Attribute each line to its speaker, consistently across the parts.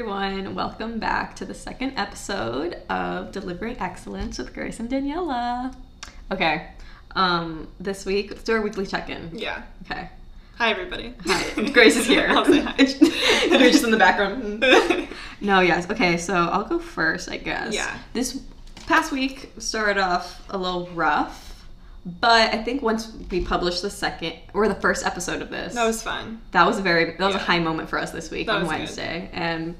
Speaker 1: everyone. Welcome back to the second episode of Delivering Excellence with Grace and Daniela. Okay. Um, this week, let's do our weekly check-in.
Speaker 2: Yeah.
Speaker 1: Okay.
Speaker 2: Hi, everybody.
Speaker 1: Hi. Grace is here.
Speaker 2: I'll say hi.
Speaker 1: You're just in the background. No, yes. Okay, so I'll go first, I guess.
Speaker 2: Yeah.
Speaker 1: This past week started off a little rough, but I think once we published the second or the first episode of this,
Speaker 2: that was fun.
Speaker 1: that was a very that was a
Speaker 2: Yeah.
Speaker 1: high moment for us this week
Speaker 2: That
Speaker 1: on
Speaker 2: was good.
Speaker 1: Wednesday, and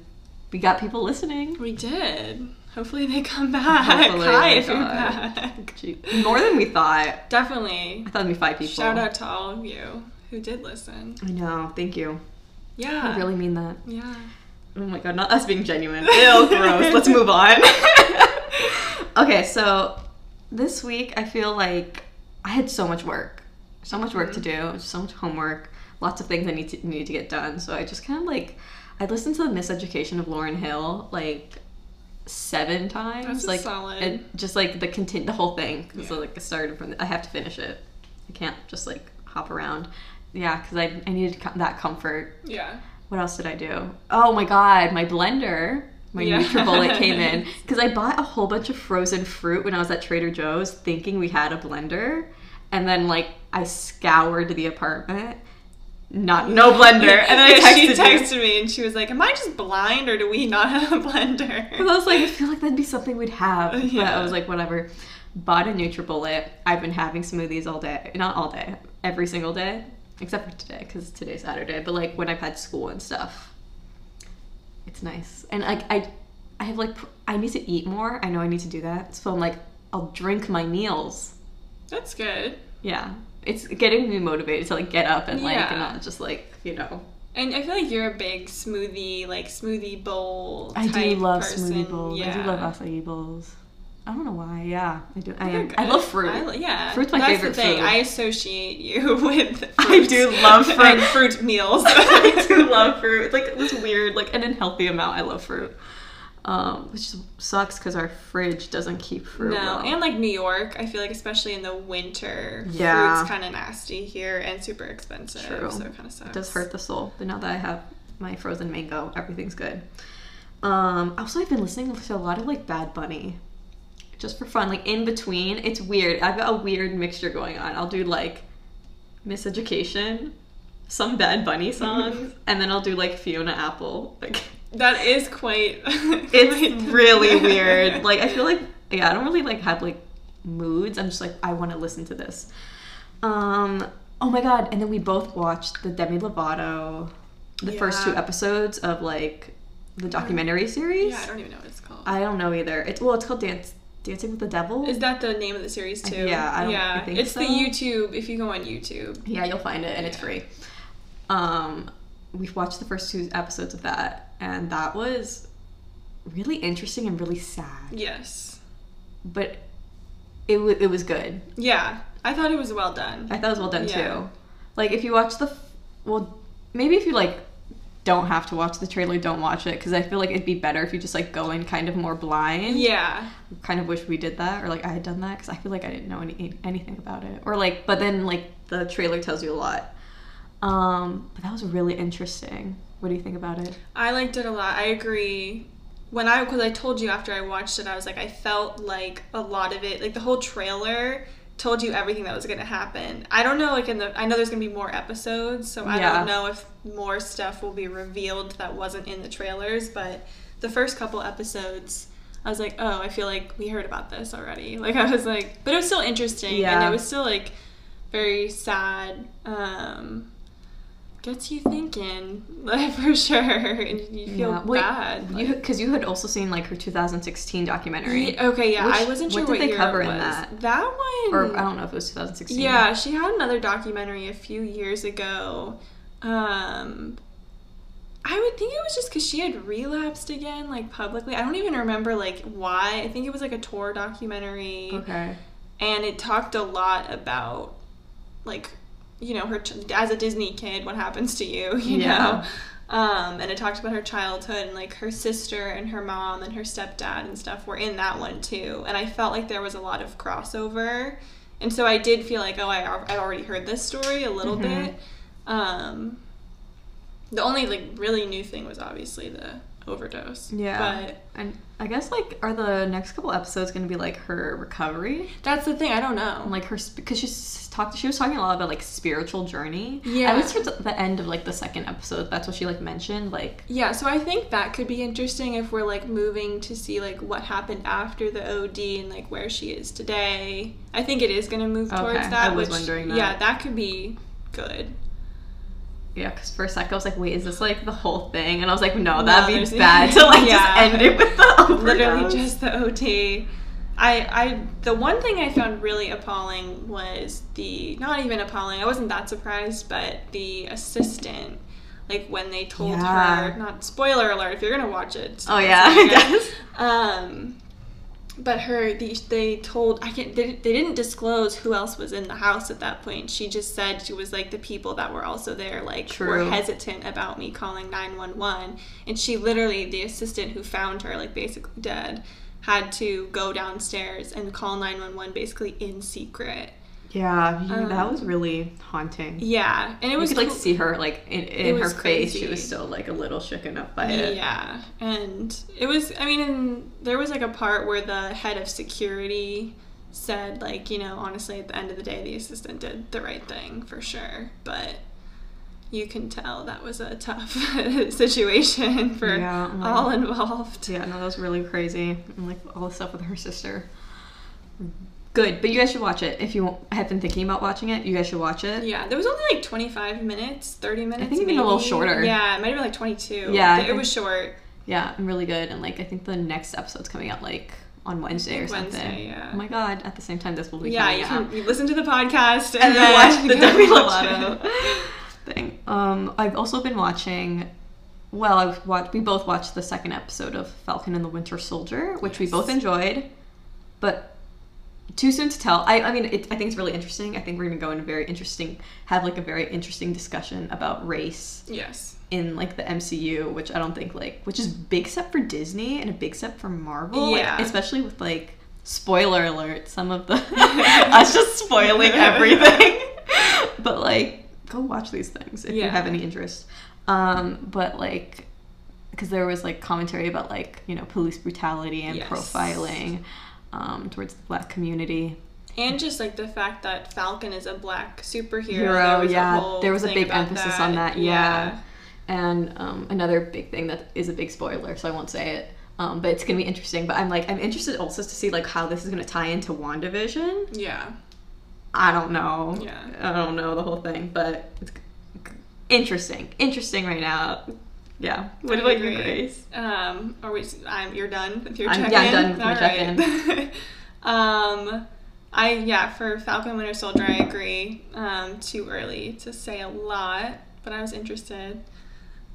Speaker 1: we got people listening.
Speaker 2: We did. Hopefully they come back.
Speaker 1: Hopefully,
Speaker 2: Hi,
Speaker 1: oh my
Speaker 2: if you're
Speaker 1: God.
Speaker 2: back.
Speaker 1: Gee, More than we thought.
Speaker 2: Definitely.
Speaker 1: I thought it'd be five people.
Speaker 2: Shout out to all of you who did listen.
Speaker 1: I know. Thank you.
Speaker 2: Yeah.
Speaker 1: I really mean that.
Speaker 2: Yeah.
Speaker 1: Oh my god, not us being genuine. Ew, gross. Let's move on. okay, so this week I feel like I had so much work, so much work to
Speaker 2: Mm-hmm.
Speaker 1: do, so much homework, lots of things I need to need to get done. So I just kind of like I listened to the Miseducation of Lauren Hill like seven times,
Speaker 2: That's a
Speaker 1: like
Speaker 2: solid-
Speaker 1: and just like the content, the whole thing. Cause
Speaker 2: Yeah.
Speaker 1: like I started from, I have to finish it. I can't just like hop around. Yeah, because I I needed co- that comfort
Speaker 2: Yeah.
Speaker 1: what else did I do? Oh my god, my blender, my
Speaker 2: Yeah.
Speaker 1: NutriBullet came in because I bought a whole bunch of frozen fruit when I was at Trader Joe's, thinking we had a blender, and then like I scoured the apartment, not no blender, and then I texted
Speaker 2: she
Speaker 1: you.
Speaker 2: texted me and she was like, Am I just blind or do we not have a blender?
Speaker 1: Because I was like, I feel like that'd be something we'd have. But
Speaker 2: Yeah.
Speaker 1: I was like, whatever. Bought a NutriBullet. I've been having smoothies all day. Not all day. Every single day. Except for today, because today's Saturday. But like when I've had school and stuff. It's nice. And like I I have like pr- I need to eat more. I know I need to do that. So I'm like, I'll drink my meals.
Speaker 2: That's good.
Speaker 1: Yeah. It's getting me motivated to like get up and like
Speaker 2: Yeah.
Speaker 1: and not just like, you know.
Speaker 2: And I feel like you're a big smoothie, like smoothie bowl.
Speaker 1: I do
Speaker 2: type
Speaker 1: love
Speaker 2: person.
Speaker 1: smoothie bowls.
Speaker 2: Yeah.
Speaker 1: I do love acai bowls. I don't know why. Yeah, I do. I
Speaker 2: They're
Speaker 1: am.
Speaker 2: good.
Speaker 1: I love fruit.
Speaker 2: I li- yeah,
Speaker 1: Fruit's my
Speaker 2: That's
Speaker 1: favorite
Speaker 2: the thing.
Speaker 1: food.
Speaker 2: I associate you with. Fruit.
Speaker 1: I do love fruit.
Speaker 2: and fruit meals.
Speaker 1: I do love fruit. It's like this weird, like an unhealthy amount. I love fruit, um, which just sucks because our fridge doesn't keep fruit.
Speaker 2: No,
Speaker 1: well.
Speaker 2: and like New York, I feel like especially in the winter,
Speaker 1: Yeah.
Speaker 2: fruit's kind of nasty here and super expensive.
Speaker 1: True.
Speaker 2: So it kind of sucks.
Speaker 1: it does hurt the soul. But now that I have my frozen mango, everything's good. Um, also, I've been listening to a lot of like Bad Bunny, just for fun. Like in between, it's weird. I've got a weird mixture going on. I'll do like Miseducation, some Bad Bunny songs, and then I'll do like Fiona Apple. Like
Speaker 2: That is quite.
Speaker 1: it's really weird. Like I feel like yeah, I don't really like have like moods. I'm just like I want to listen to this. Um. Oh my god! And then we both watched the Demi Lovato, the first two
Speaker 2: Yeah. Mm-hmm.
Speaker 1: episodes of like the documentary series.
Speaker 2: yeah, I don't even know what it's called.
Speaker 1: I don't know either. It's well, it's called Dance Dancing with the Devil.
Speaker 2: is that the name of the series too?
Speaker 1: Yeah, I don't
Speaker 2: yeah.
Speaker 1: think
Speaker 2: it's
Speaker 1: so.
Speaker 2: the YouTube. If you go on YouTube,
Speaker 1: Yeah, you'll find it and it's
Speaker 2: Yeah.
Speaker 1: free. Um, we've watched the first two episodes of that, and that was really interesting and really sad,
Speaker 2: yes,
Speaker 1: but it wa it was good.
Speaker 2: yeah. I thought it was well done.
Speaker 1: I thought it was well done
Speaker 2: Yeah.
Speaker 1: too. Like if you watch the, f- well, maybe if you like don't have to watch the trailer, don't watch it because I feel like it'd be better if you just like go in kind of more blind.
Speaker 2: Yeah,
Speaker 1: Kind of wish we did that or like I had done that because I feel like I didn't know any anything about it or like but then like the trailer tells you a lot. Um, but that was really interesting. What do you think about it?
Speaker 2: I liked it a lot. I agree. When I, because I told you after I watched it, I was like, I felt like a lot of it, like the whole trailer told you everything that was going to happen. I don't know, like, in the, I know there's going to be more episodes, so I
Speaker 1: Yeah.
Speaker 2: don't know if more stuff will be revealed that wasn't in the trailers, but the first couple episodes, I was like, oh, I feel like we heard about this already. Like, I was like, but it was still interesting, and
Speaker 1: Yeah.
Speaker 2: it was still, like, very sad. Um, gets you thinking like, for sure and you feel
Speaker 1: Yeah. Well,
Speaker 2: bad like-
Speaker 1: You because you had also seen like her 2016 documentary
Speaker 2: Yeah, okay yeah
Speaker 1: Which-
Speaker 2: i wasn't sure
Speaker 1: what
Speaker 2: what,
Speaker 1: did they
Speaker 2: year
Speaker 1: cover
Speaker 2: it
Speaker 1: in
Speaker 2: was.
Speaker 1: that?
Speaker 2: one
Speaker 1: or I don't know if it was 2016.
Speaker 2: yeah she had another documentary a few years ago um i would think it was just because she had relapsed again like publicly i don't even remember like why i think it was like a tour documentary
Speaker 1: Okay.
Speaker 2: and it talked a lot about like you know her ch- as a disney kid what happens to you you
Speaker 1: Yeah.
Speaker 2: know um, and it talked about her childhood and like her sister and her mom and her stepdad and stuff were in that one too and i felt like there was a lot of crossover and so i did feel like oh i, al- I already heard this story a little
Speaker 1: Mhm.
Speaker 2: bit um, the only like really new thing was obviously the overdose.
Speaker 1: Yeah.
Speaker 2: But
Speaker 1: And I guess like are the next couple episodes gonna be like her recovery
Speaker 2: that's the thing. I don't know.
Speaker 1: and like her because she's talked she was talking a lot about like spiritual journey.
Speaker 2: Yeah.
Speaker 1: At least towards the end of like the second episode, that's what she like mentioned. Like
Speaker 2: Yeah, so I think that could be interesting if we're like moving to see like what happened after the OD and like where she is today. I think it is going to move
Speaker 1: Okay,
Speaker 2: towards
Speaker 1: I
Speaker 2: that.
Speaker 1: was
Speaker 2: which,
Speaker 1: wondering that.
Speaker 2: Yeah, that could be good.
Speaker 1: yeah, because for a sec I was like, wait, is this like the whole thing? And I was like, no,
Speaker 2: No,
Speaker 1: that'd
Speaker 2: there's-
Speaker 1: be bad to like
Speaker 2: Yeah.
Speaker 1: just end it with the overdose.
Speaker 2: Literally just the OT. I, I the one thing I found really appalling was the not even appalling. I wasn't that surprised, but the assistant, like when they told
Speaker 1: Yeah.
Speaker 2: her. Not spoiler alert. If you're gonna watch it.
Speaker 1: Oh
Speaker 2: it's
Speaker 1: yeah, I
Speaker 2: okay.
Speaker 1: guess.
Speaker 2: Um, but her, the, they told I can't. They, didn't- they didn't disclose who else was in the house at that point. She just said she was like the people that were also there, like
Speaker 1: True.
Speaker 2: were hesitant about me calling nine one one. And she literally, the assistant who found her, like basically dead, had to go downstairs and call nine one one, basically in secret.
Speaker 1: Yeah, you- that
Speaker 2: Um,
Speaker 1: was really haunting.
Speaker 2: Yeah, and it
Speaker 1: It was
Speaker 2: was
Speaker 1: you could, like
Speaker 2: cool-
Speaker 1: see her like in, in her
Speaker 2: was
Speaker 1: face. She
Speaker 2: crazy.
Speaker 1: was still like a little shooken up by it.
Speaker 2: Yeah, and it was. I mean, and there was like a part where the head of security said, like, you know, honestly, at the end of the day, the assistant did the right thing for sure, but you can tell that was a tough situation for
Speaker 1: Yeah, I'm like-
Speaker 2: all involved.
Speaker 1: Yeah, no, that was really crazy. And like all the stuff with her sister. Good, but you guys should watch it. If you have been thinking about watching it, you guys should watch it.
Speaker 2: Yeah, there was only like 25 minutes, 30 minutes.
Speaker 1: even a little
Speaker 2: maybe.
Speaker 1: shorter.
Speaker 2: Yeah, it might have been like 22.
Speaker 1: Yeah, I
Speaker 2: it
Speaker 1: think-
Speaker 2: was short.
Speaker 1: Yeah, I'm really good. And like, I think the next episode's coming out like on Wednesday or something.
Speaker 2: Wednesday, yeah.
Speaker 1: Oh my god, at the same time this will be
Speaker 2: yeah,
Speaker 1: coming
Speaker 2: you
Speaker 1: out.
Speaker 2: can you listen to the podcast and,
Speaker 1: and then watch the
Speaker 2: go
Speaker 1: Demi
Speaker 2: watch it.
Speaker 1: Lovato thing. Um, I've also been watching. Well, I've watched. We both watched the second episode of Falcon and the Winter Soldier, which we both
Speaker 2: Yes.
Speaker 1: enjoyed, but too soon to tell. I, I mean, it, I think it's really interesting. I think we're gonna go in a very interesting, have like a very interesting discussion about race
Speaker 2: Yes.
Speaker 1: in like the MCU, which I don't think like, which is big step for Disney and a big step for Marvel, like,
Speaker 2: Yeah.
Speaker 1: especially with like spoiler alert, some of the us just spoiling everything. but like, go watch these things if you
Speaker 2: Yeah.
Speaker 1: have any interest. Um, but like, because there was like commentary about like you know police brutality and
Speaker 2: Yes.
Speaker 1: profiling um, towards the black community.
Speaker 2: And just like the fact that Falcon is a black superhero.
Speaker 1: Hero,
Speaker 2: was a
Speaker 1: yeah.
Speaker 2: whole
Speaker 1: There was a
Speaker 2: thing
Speaker 1: big
Speaker 2: about
Speaker 1: emphasis on that, yeah. And um, another big thing that is a big spoiler, so I won't say it. Um, but it's gonna be interesting. But I'm like, I'm interested also to see like how this is gonna tie into Wandavision.
Speaker 2: Yeah.
Speaker 1: I don't know.
Speaker 2: Yeah.
Speaker 1: I don't know the whole thing, but it's interesting. Interesting right now. Yeah. What
Speaker 2: I
Speaker 1: about you,
Speaker 2: agree.
Speaker 1: Grace?
Speaker 2: Um, are we, I'm, you're done with your
Speaker 1: I'm-
Speaker 2: check-in?
Speaker 1: yeah, I'm done with my
Speaker 2: All right. um, I, yeah, for Falcon Winter Soldier, I agree. Um, too early to say a lot, but I was interested.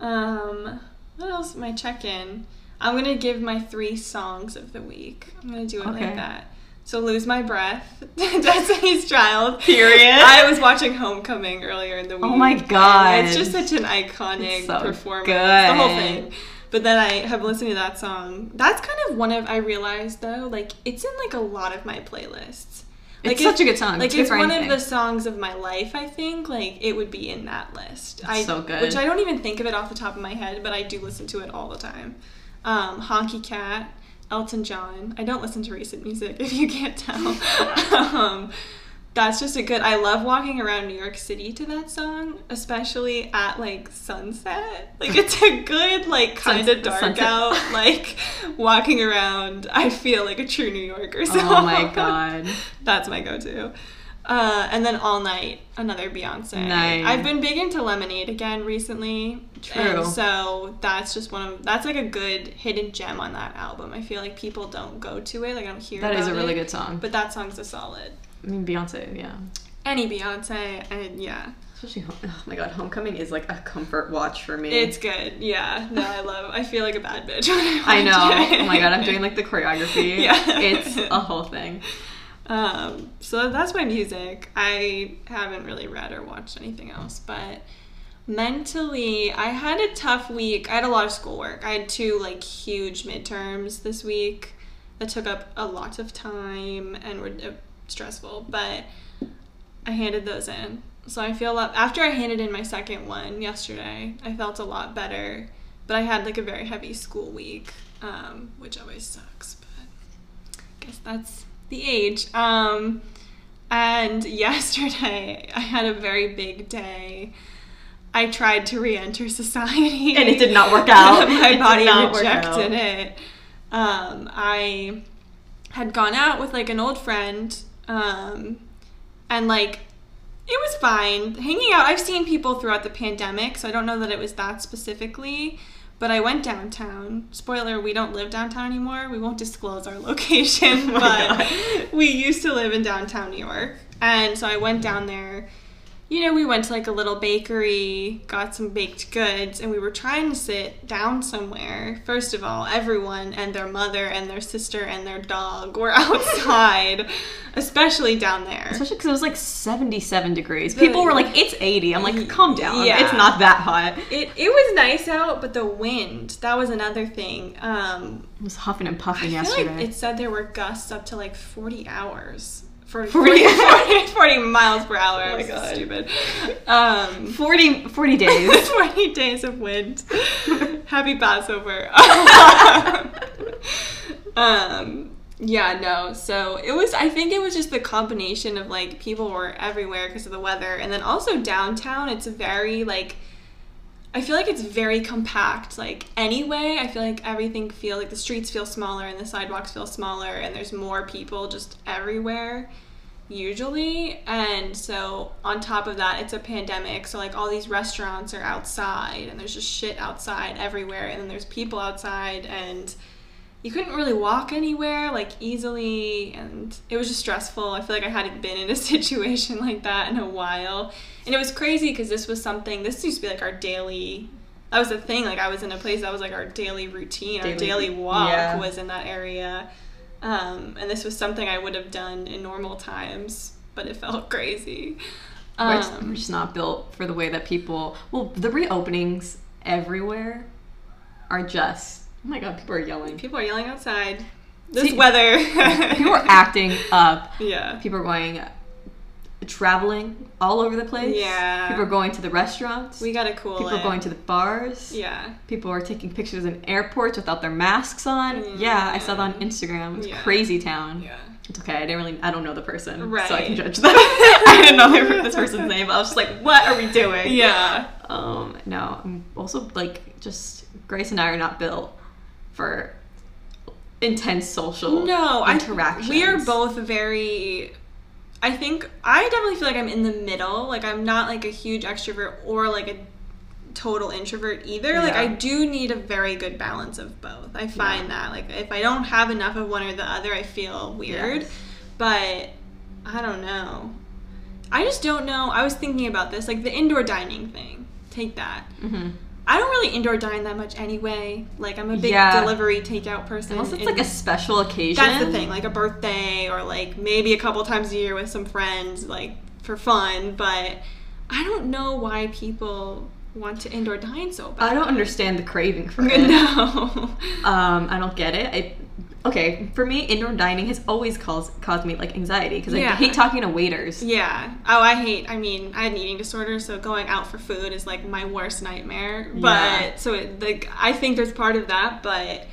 Speaker 2: Um, what else? My check-in. I'm going to give my three songs of the week. I'm going to do it
Speaker 1: Okay.
Speaker 2: like that. So Lose My Breath, Destiny's Child.
Speaker 1: Period.
Speaker 2: I was watching Homecoming earlier in the week.
Speaker 1: Oh my
Speaker 2: and
Speaker 1: God.
Speaker 2: It's just such an iconic
Speaker 1: It's so
Speaker 2: performance.
Speaker 1: good.
Speaker 2: The whole thing. But then I have listened to that song. That's kind of one of I realized though, like it's in like a lot of my playlists. Like
Speaker 1: it's such a good song.
Speaker 2: like
Speaker 1: good
Speaker 2: it's
Speaker 1: for
Speaker 2: one
Speaker 1: anything.
Speaker 2: of the songs of my life. I think like it would be in that list. I,
Speaker 1: so good.
Speaker 2: Which I don't even think of it off the top of my head, but I do listen to it all the time. Um, Honky Cat, Elton John. I don't listen to recent music if you can't tell. um, that's just a good. I love walking around New York City to that song, especially at like sunset. Like it's a good like
Speaker 1: Suns-
Speaker 2: kind of dark
Speaker 1: sunset.
Speaker 2: out. Like walking around, I feel like a true New Yorker. So
Speaker 1: Oh my god.
Speaker 2: that's my go-to. Uh, and then all night, another Beyonce.
Speaker 1: Nice.
Speaker 2: I've been big into Lemonade again recently,
Speaker 1: True.
Speaker 2: and so that's just one of that's like a good hidden gem on that album. I feel like people don't go to it, like I don't hear.
Speaker 1: That is a
Speaker 2: about
Speaker 1: really
Speaker 2: it,
Speaker 1: good song. But
Speaker 2: But that song's a solid.
Speaker 1: I mean Beyonce, yeah.
Speaker 2: Any Beyonce, and yeah,
Speaker 1: Especially home- oh my god, Homecoming is like a comfort watch for me.
Speaker 2: it's good. Yeah, no, I love. I feel like a bad bitch. When I,
Speaker 1: I know.
Speaker 2: watch it.
Speaker 1: Oh my god, I'm doing like the choreography.
Speaker 2: Yeah.
Speaker 1: It's a whole thing.
Speaker 2: Um, so that's my music. I haven't really read or watched anything else, but mentally, I had a tough week. I had a lot of schoolwork. I had two like huge midterms this week that took up a lot of time and were uh, stressful, but I handed those in. So I feel a lot after I handed in my second one yesterday, I felt a lot better But I had like a very heavy school week, um, which always sucks. But I guess that's the age. Um, and yesterday, I had a very big day. I tried to re-enter society,
Speaker 1: And it did not work out. It
Speaker 2: My
Speaker 1: did
Speaker 2: body
Speaker 1: not work out.
Speaker 2: rejected it. Um, I had gone out with like an old friend, um, and like it was fine hanging out. I've seen people throughout the pandemic, so I don't know that it was that specifically. But I went downtown. Spoiler: we don't live downtown anymore. We won't disclose our location,
Speaker 1: Oh my
Speaker 2: but we used to live in downtown New York, and so I went down there. You know, we went to like a little bakery, got some baked goods, and we were trying to sit down somewhere. First of all, everyone and their mother and their sister and their dog were outside, especially down there.
Speaker 1: Especially because it was like 77 degrees. People were like, it's 80. I'm like, calm down.
Speaker 2: Yeah.
Speaker 1: It's not that hot.
Speaker 2: It, it was nice out, but the wind, that was another thing. Um,
Speaker 1: I was huffing and
Speaker 2: I
Speaker 1: puffing
Speaker 2: feel like
Speaker 1: yesterday.
Speaker 2: it said there were gusts up to like 40 hours. For
Speaker 1: 40
Speaker 2: 40, 40, 40 miles per hour.
Speaker 1: Oh my
Speaker 2: It was
Speaker 1: God.
Speaker 2: stupid. Um,
Speaker 1: 40, 40 days.
Speaker 2: 20 days of wind. Happy Passover. um, yeah, no. So it was, I think it was just the combination of like people were everywhere because of the weather. And then also downtown, it's very like, I feel like it's very compact. Like, anyway, I feel like everything feel like the streets feel smaller and the sidewalks feel smaller and there's more people just everywhere usually and so on top of that it's a pandemic so like all these restaurants are outside and there's just shit outside everywhere and then there's people outside and you couldn't really walk anywhere like easily and it was just stressful i feel like i hadn't been in a situation like that in a while and it was crazy because this was something this used to be like our daily that was the thing like i was in a place that was like our daily routine our
Speaker 1: Daily-
Speaker 2: daily walk
Speaker 1: yeah.
Speaker 2: was in that area um, and this was something i would have done in normal times but it felt crazy
Speaker 1: We're just- we're
Speaker 2: um,
Speaker 1: just not built for the way that people. Well, the reopenings everywhere are just. Oh my god, people are yelling.
Speaker 2: people are yelling outside this
Speaker 1: See-
Speaker 2: weather
Speaker 1: People are acting up.
Speaker 2: yeah
Speaker 1: People are going traveling all over the place.
Speaker 2: Yeah.
Speaker 1: People are going to the restaurants.
Speaker 2: we gotta cool
Speaker 1: people
Speaker 2: it.
Speaker 1: are going to the bars.
Speaker 2: yeah
Speaker 1: People are taking pictures in airports without their masks on. Yeah, I saw that on Instagram. It's
Speaker 2: Mm. Yeah.
Speaker 1: crazy town.
Speaker 2: yeah
Speaker 1: It's okay. I didn't really. I don't know the person, so I
Speaker 2: Right.
Speaker 1: can judge them. I didn't know their, this person's name. I was just like, what are we doing?
Speaker 2: yeah
Speaker 1: Um. No. I'm also like, just Grace and I are not built for intense social
Speaker 2: no I-
Speaker 1: interactions.
Speaker 2: we are both very i think i definitely feel like i'm in the middle like i'm not like a huge extrovert or like a total introvert either like
Speaker 1: Yeah.
Speaker 2: i do need a very good balance of both i find that like if i don't have enough of one or the other i feel weird
Speaker 1: Yes.
Speaker 2: but i don't know i just don't know i was thinking about this like the indoor dining thing take that
Speaker 1: Mhm.
Speaker 2: i don't really indoor dine that much anyway like i'm a big
Speaker 1: Yeah.
Speaker 2: delivery takeout person
Speaker 1: Unless it's
Speaker 2: and-
Speaker 1: like a special occasion.
Speaker 2: that's the thing, like a birthday or like maybe a couple times a year with some friends, like for fun. But I don't know why people want to indoor dine so bad.
Speaker 1: I don't understand the craving for it.
Speaker 2: no.
Speaker 1: Um, I don't get it. I, okay, for me, indoor dining has always caused caused me like anxiety because I
Speaker 2: Yeah.
Speaker 1: hate talking to waiters.
Speaker 2: yeah. Oh, I hate. I mean, I had an eating disorder, so going out for food is like my worst nightmare.
Speaker 1: Yeah.
Speaker 2: But so it, like I think there's part of that, but.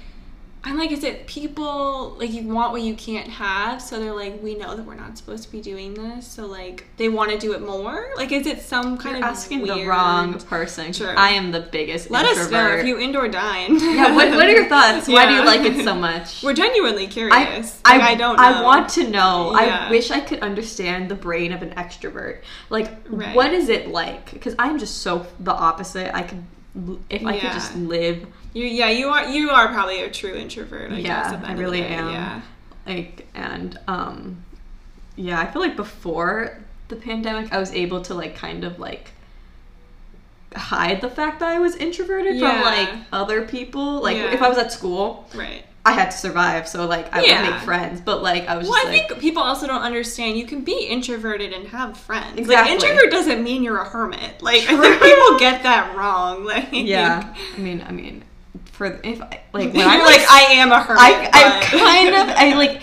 Speaker 2: I'm like, is it people like you want what you can't have? So they're like, we know that we're not supposed to be doing this, so like they want to do it more. Like, is it some kind
Speaker 1: You're
Speaker 2: of
Speaker 1: asking the
Speaker 2: weird-
Speaker 1: wrong person.
Speaker 2: True.
Speaker 1: I am the biggest
Speaker 2: Let us know
Speaker 1: introvert.
Speaker 2: if you indoor dine.
Speaker 1: yeah, what, what are your thoughts? Why do you
Speaker 2: Yeah.
Speaker 1: like it so much?
Speaker 2: We're genuinely curious.
Speaker 1: I,
Speaker 2: Like, I, don't.
Speaker 1: I
Speaker 2: know.
Speaker 1: want to know. I
Speaker 2: Yeah.
Speaker 1: wish I could understand the brain of an extrovert. Like,
Speaker 2: Right.
Speaker 1: what is it like? Because I'm just so the opposite. I could, l- if I could
Speaker 2: Yeah.
Speaker 1: just live
Speaker 2: You, yeah, you are. You are probably a true introvert. I
Speaker 1: Yeah,
Speaker 2: guess, at the
Speaker 1: I
Speaker 2: end of the
Speaker 1: really
Speaker 2: day.
Speaker 1: am.
Speaker 2: Yeah.
Speaker 1: like and um yeah i feel like before the pandemic i was able to like kind of like hide the fact that i was introverted
Speaker 2: Yeah.
Speaker 1: from like other people like
Speaker 2: Yeah.
Speaker 1: if i was at school
Speaker 2: Right.
Speaker 1: i had to survive so like i
Speaker 2: Yeah.
Speaker 1: would make friends but like i was
Speaker 2: Well,
Speaker 1: just
Speaker 2: I
Speaker 1: like
Speaker 2: think people also don't understand you can be introverted and have friends.
Speaker 1: Exactly.
Speaker 2: Like, introvert doesn't mean you're a hermit. Like, I think people get that wrong. Like,
Speaker 1: yeah i mean i mean for if I, like when
Speaker 2: You're
Speaker 1: i'm
Speaker 2: like,
Speaker 1: like
Speaker 2: I am a hermit.
Speaker 1: I, I
Speaker 2: but-
Speaker 1: kind of I like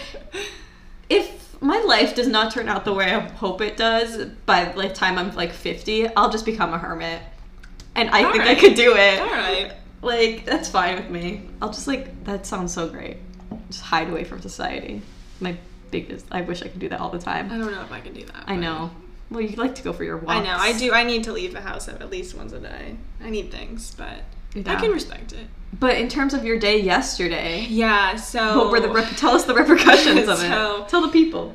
Speaker 1: if my life does not turn out the way I hope it does by the time I'm like 50, I'll just become a hermit. And I think I
Speaker 2: Alright.
Speaker 1: could do it.
Speaker 2: All right.
Speaker 1: Like, that's fine with me. I'll just, like, that sounds so great. Just hide away from society. My biggest, I wish I could do that all the
Speaker 2: I
Speaker 1: time.
Speaker 2: don't know if I can do that.
Speaker 1: I
Speaker 2: but-
Speaker 1: know. Well, you like to go for your walks.
Speaker 2: I know. I do. I need to leave the house at at least once a day. I need things, but I
Speaker 1: Yeah.
Speaker 2: can respect it.
Speaker 1: But in terms of your day yesterday,
Speaker 2: Yeah. So
Speaker 1: what were the rep- tell us the repercussions of it?
Speaker 2: Oh. So-
Speaker 1: tell the people.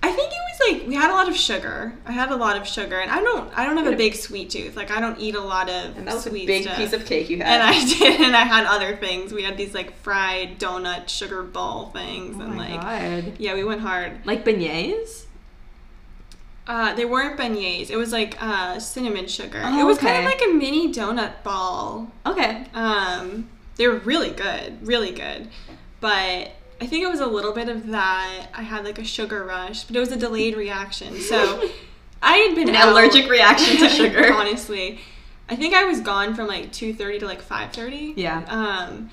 Speaker 2: I think it was like we had a lot of sugar. I had a lot of sugar, and I don't. I don't have a big sweet tooth. Like I don't eat a lot of sweet stuff.
Speaker 1: cake you
Speaker 2: And I did, and I had other things. We had these like fried donut sugar ball things,
Speaker 1: oh
Speaker 2: and
Speaker 1: my
Speaker 2: like
Speaker 1: god.
Speaker 2: yeah, we went hard.
Speaker 1: Like beignets?
Speaker 2: Uh, they weren't beignets. It was like uh, cinnamon sugar.
Speaker 1: Oh,
Speaker 2: it was kind of
Speaker 1: okay.
Speaker 2: like a mini donut ball.
Speaker 1: Okay.
Speaker 2: Um, they were really good, really good. But I think it was a little bit of that. I had like a sugar rush, but it was a delayed reaction. So I had been
Speaker 1: An
Speaker 2: out-
Speaker 1: allergic reaction to sugar.
Speaker 2: Honestly, I think I was gone from like two thirty to like five thirty.
Speaker 1: Yeah.
Speaker 2: Um,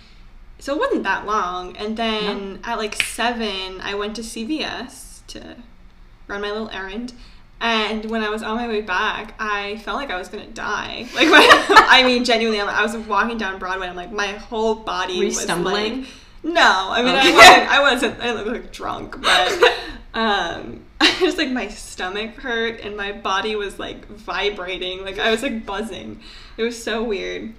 Speaker 2: so it wasn't that long, and then at like seven, I went to CVS to run my little errand. And when I was on my way back, I felt like I was gonna die. Like, when, I mean, genuinely, I'm- I was walking down Broadway. I'm like, my whole body
Speaker 1: Were you
Speaker 2: was
Speaker 1: stumbling?
Speaker 2: like- no, I mean,
Speaker 1: Okay.
Speaker 2: I wasn't. I wasn't. I looked like drunk, but um, I just like my stomach hurt and my body was like vibrating. Like I was like buzzing. It was so weird.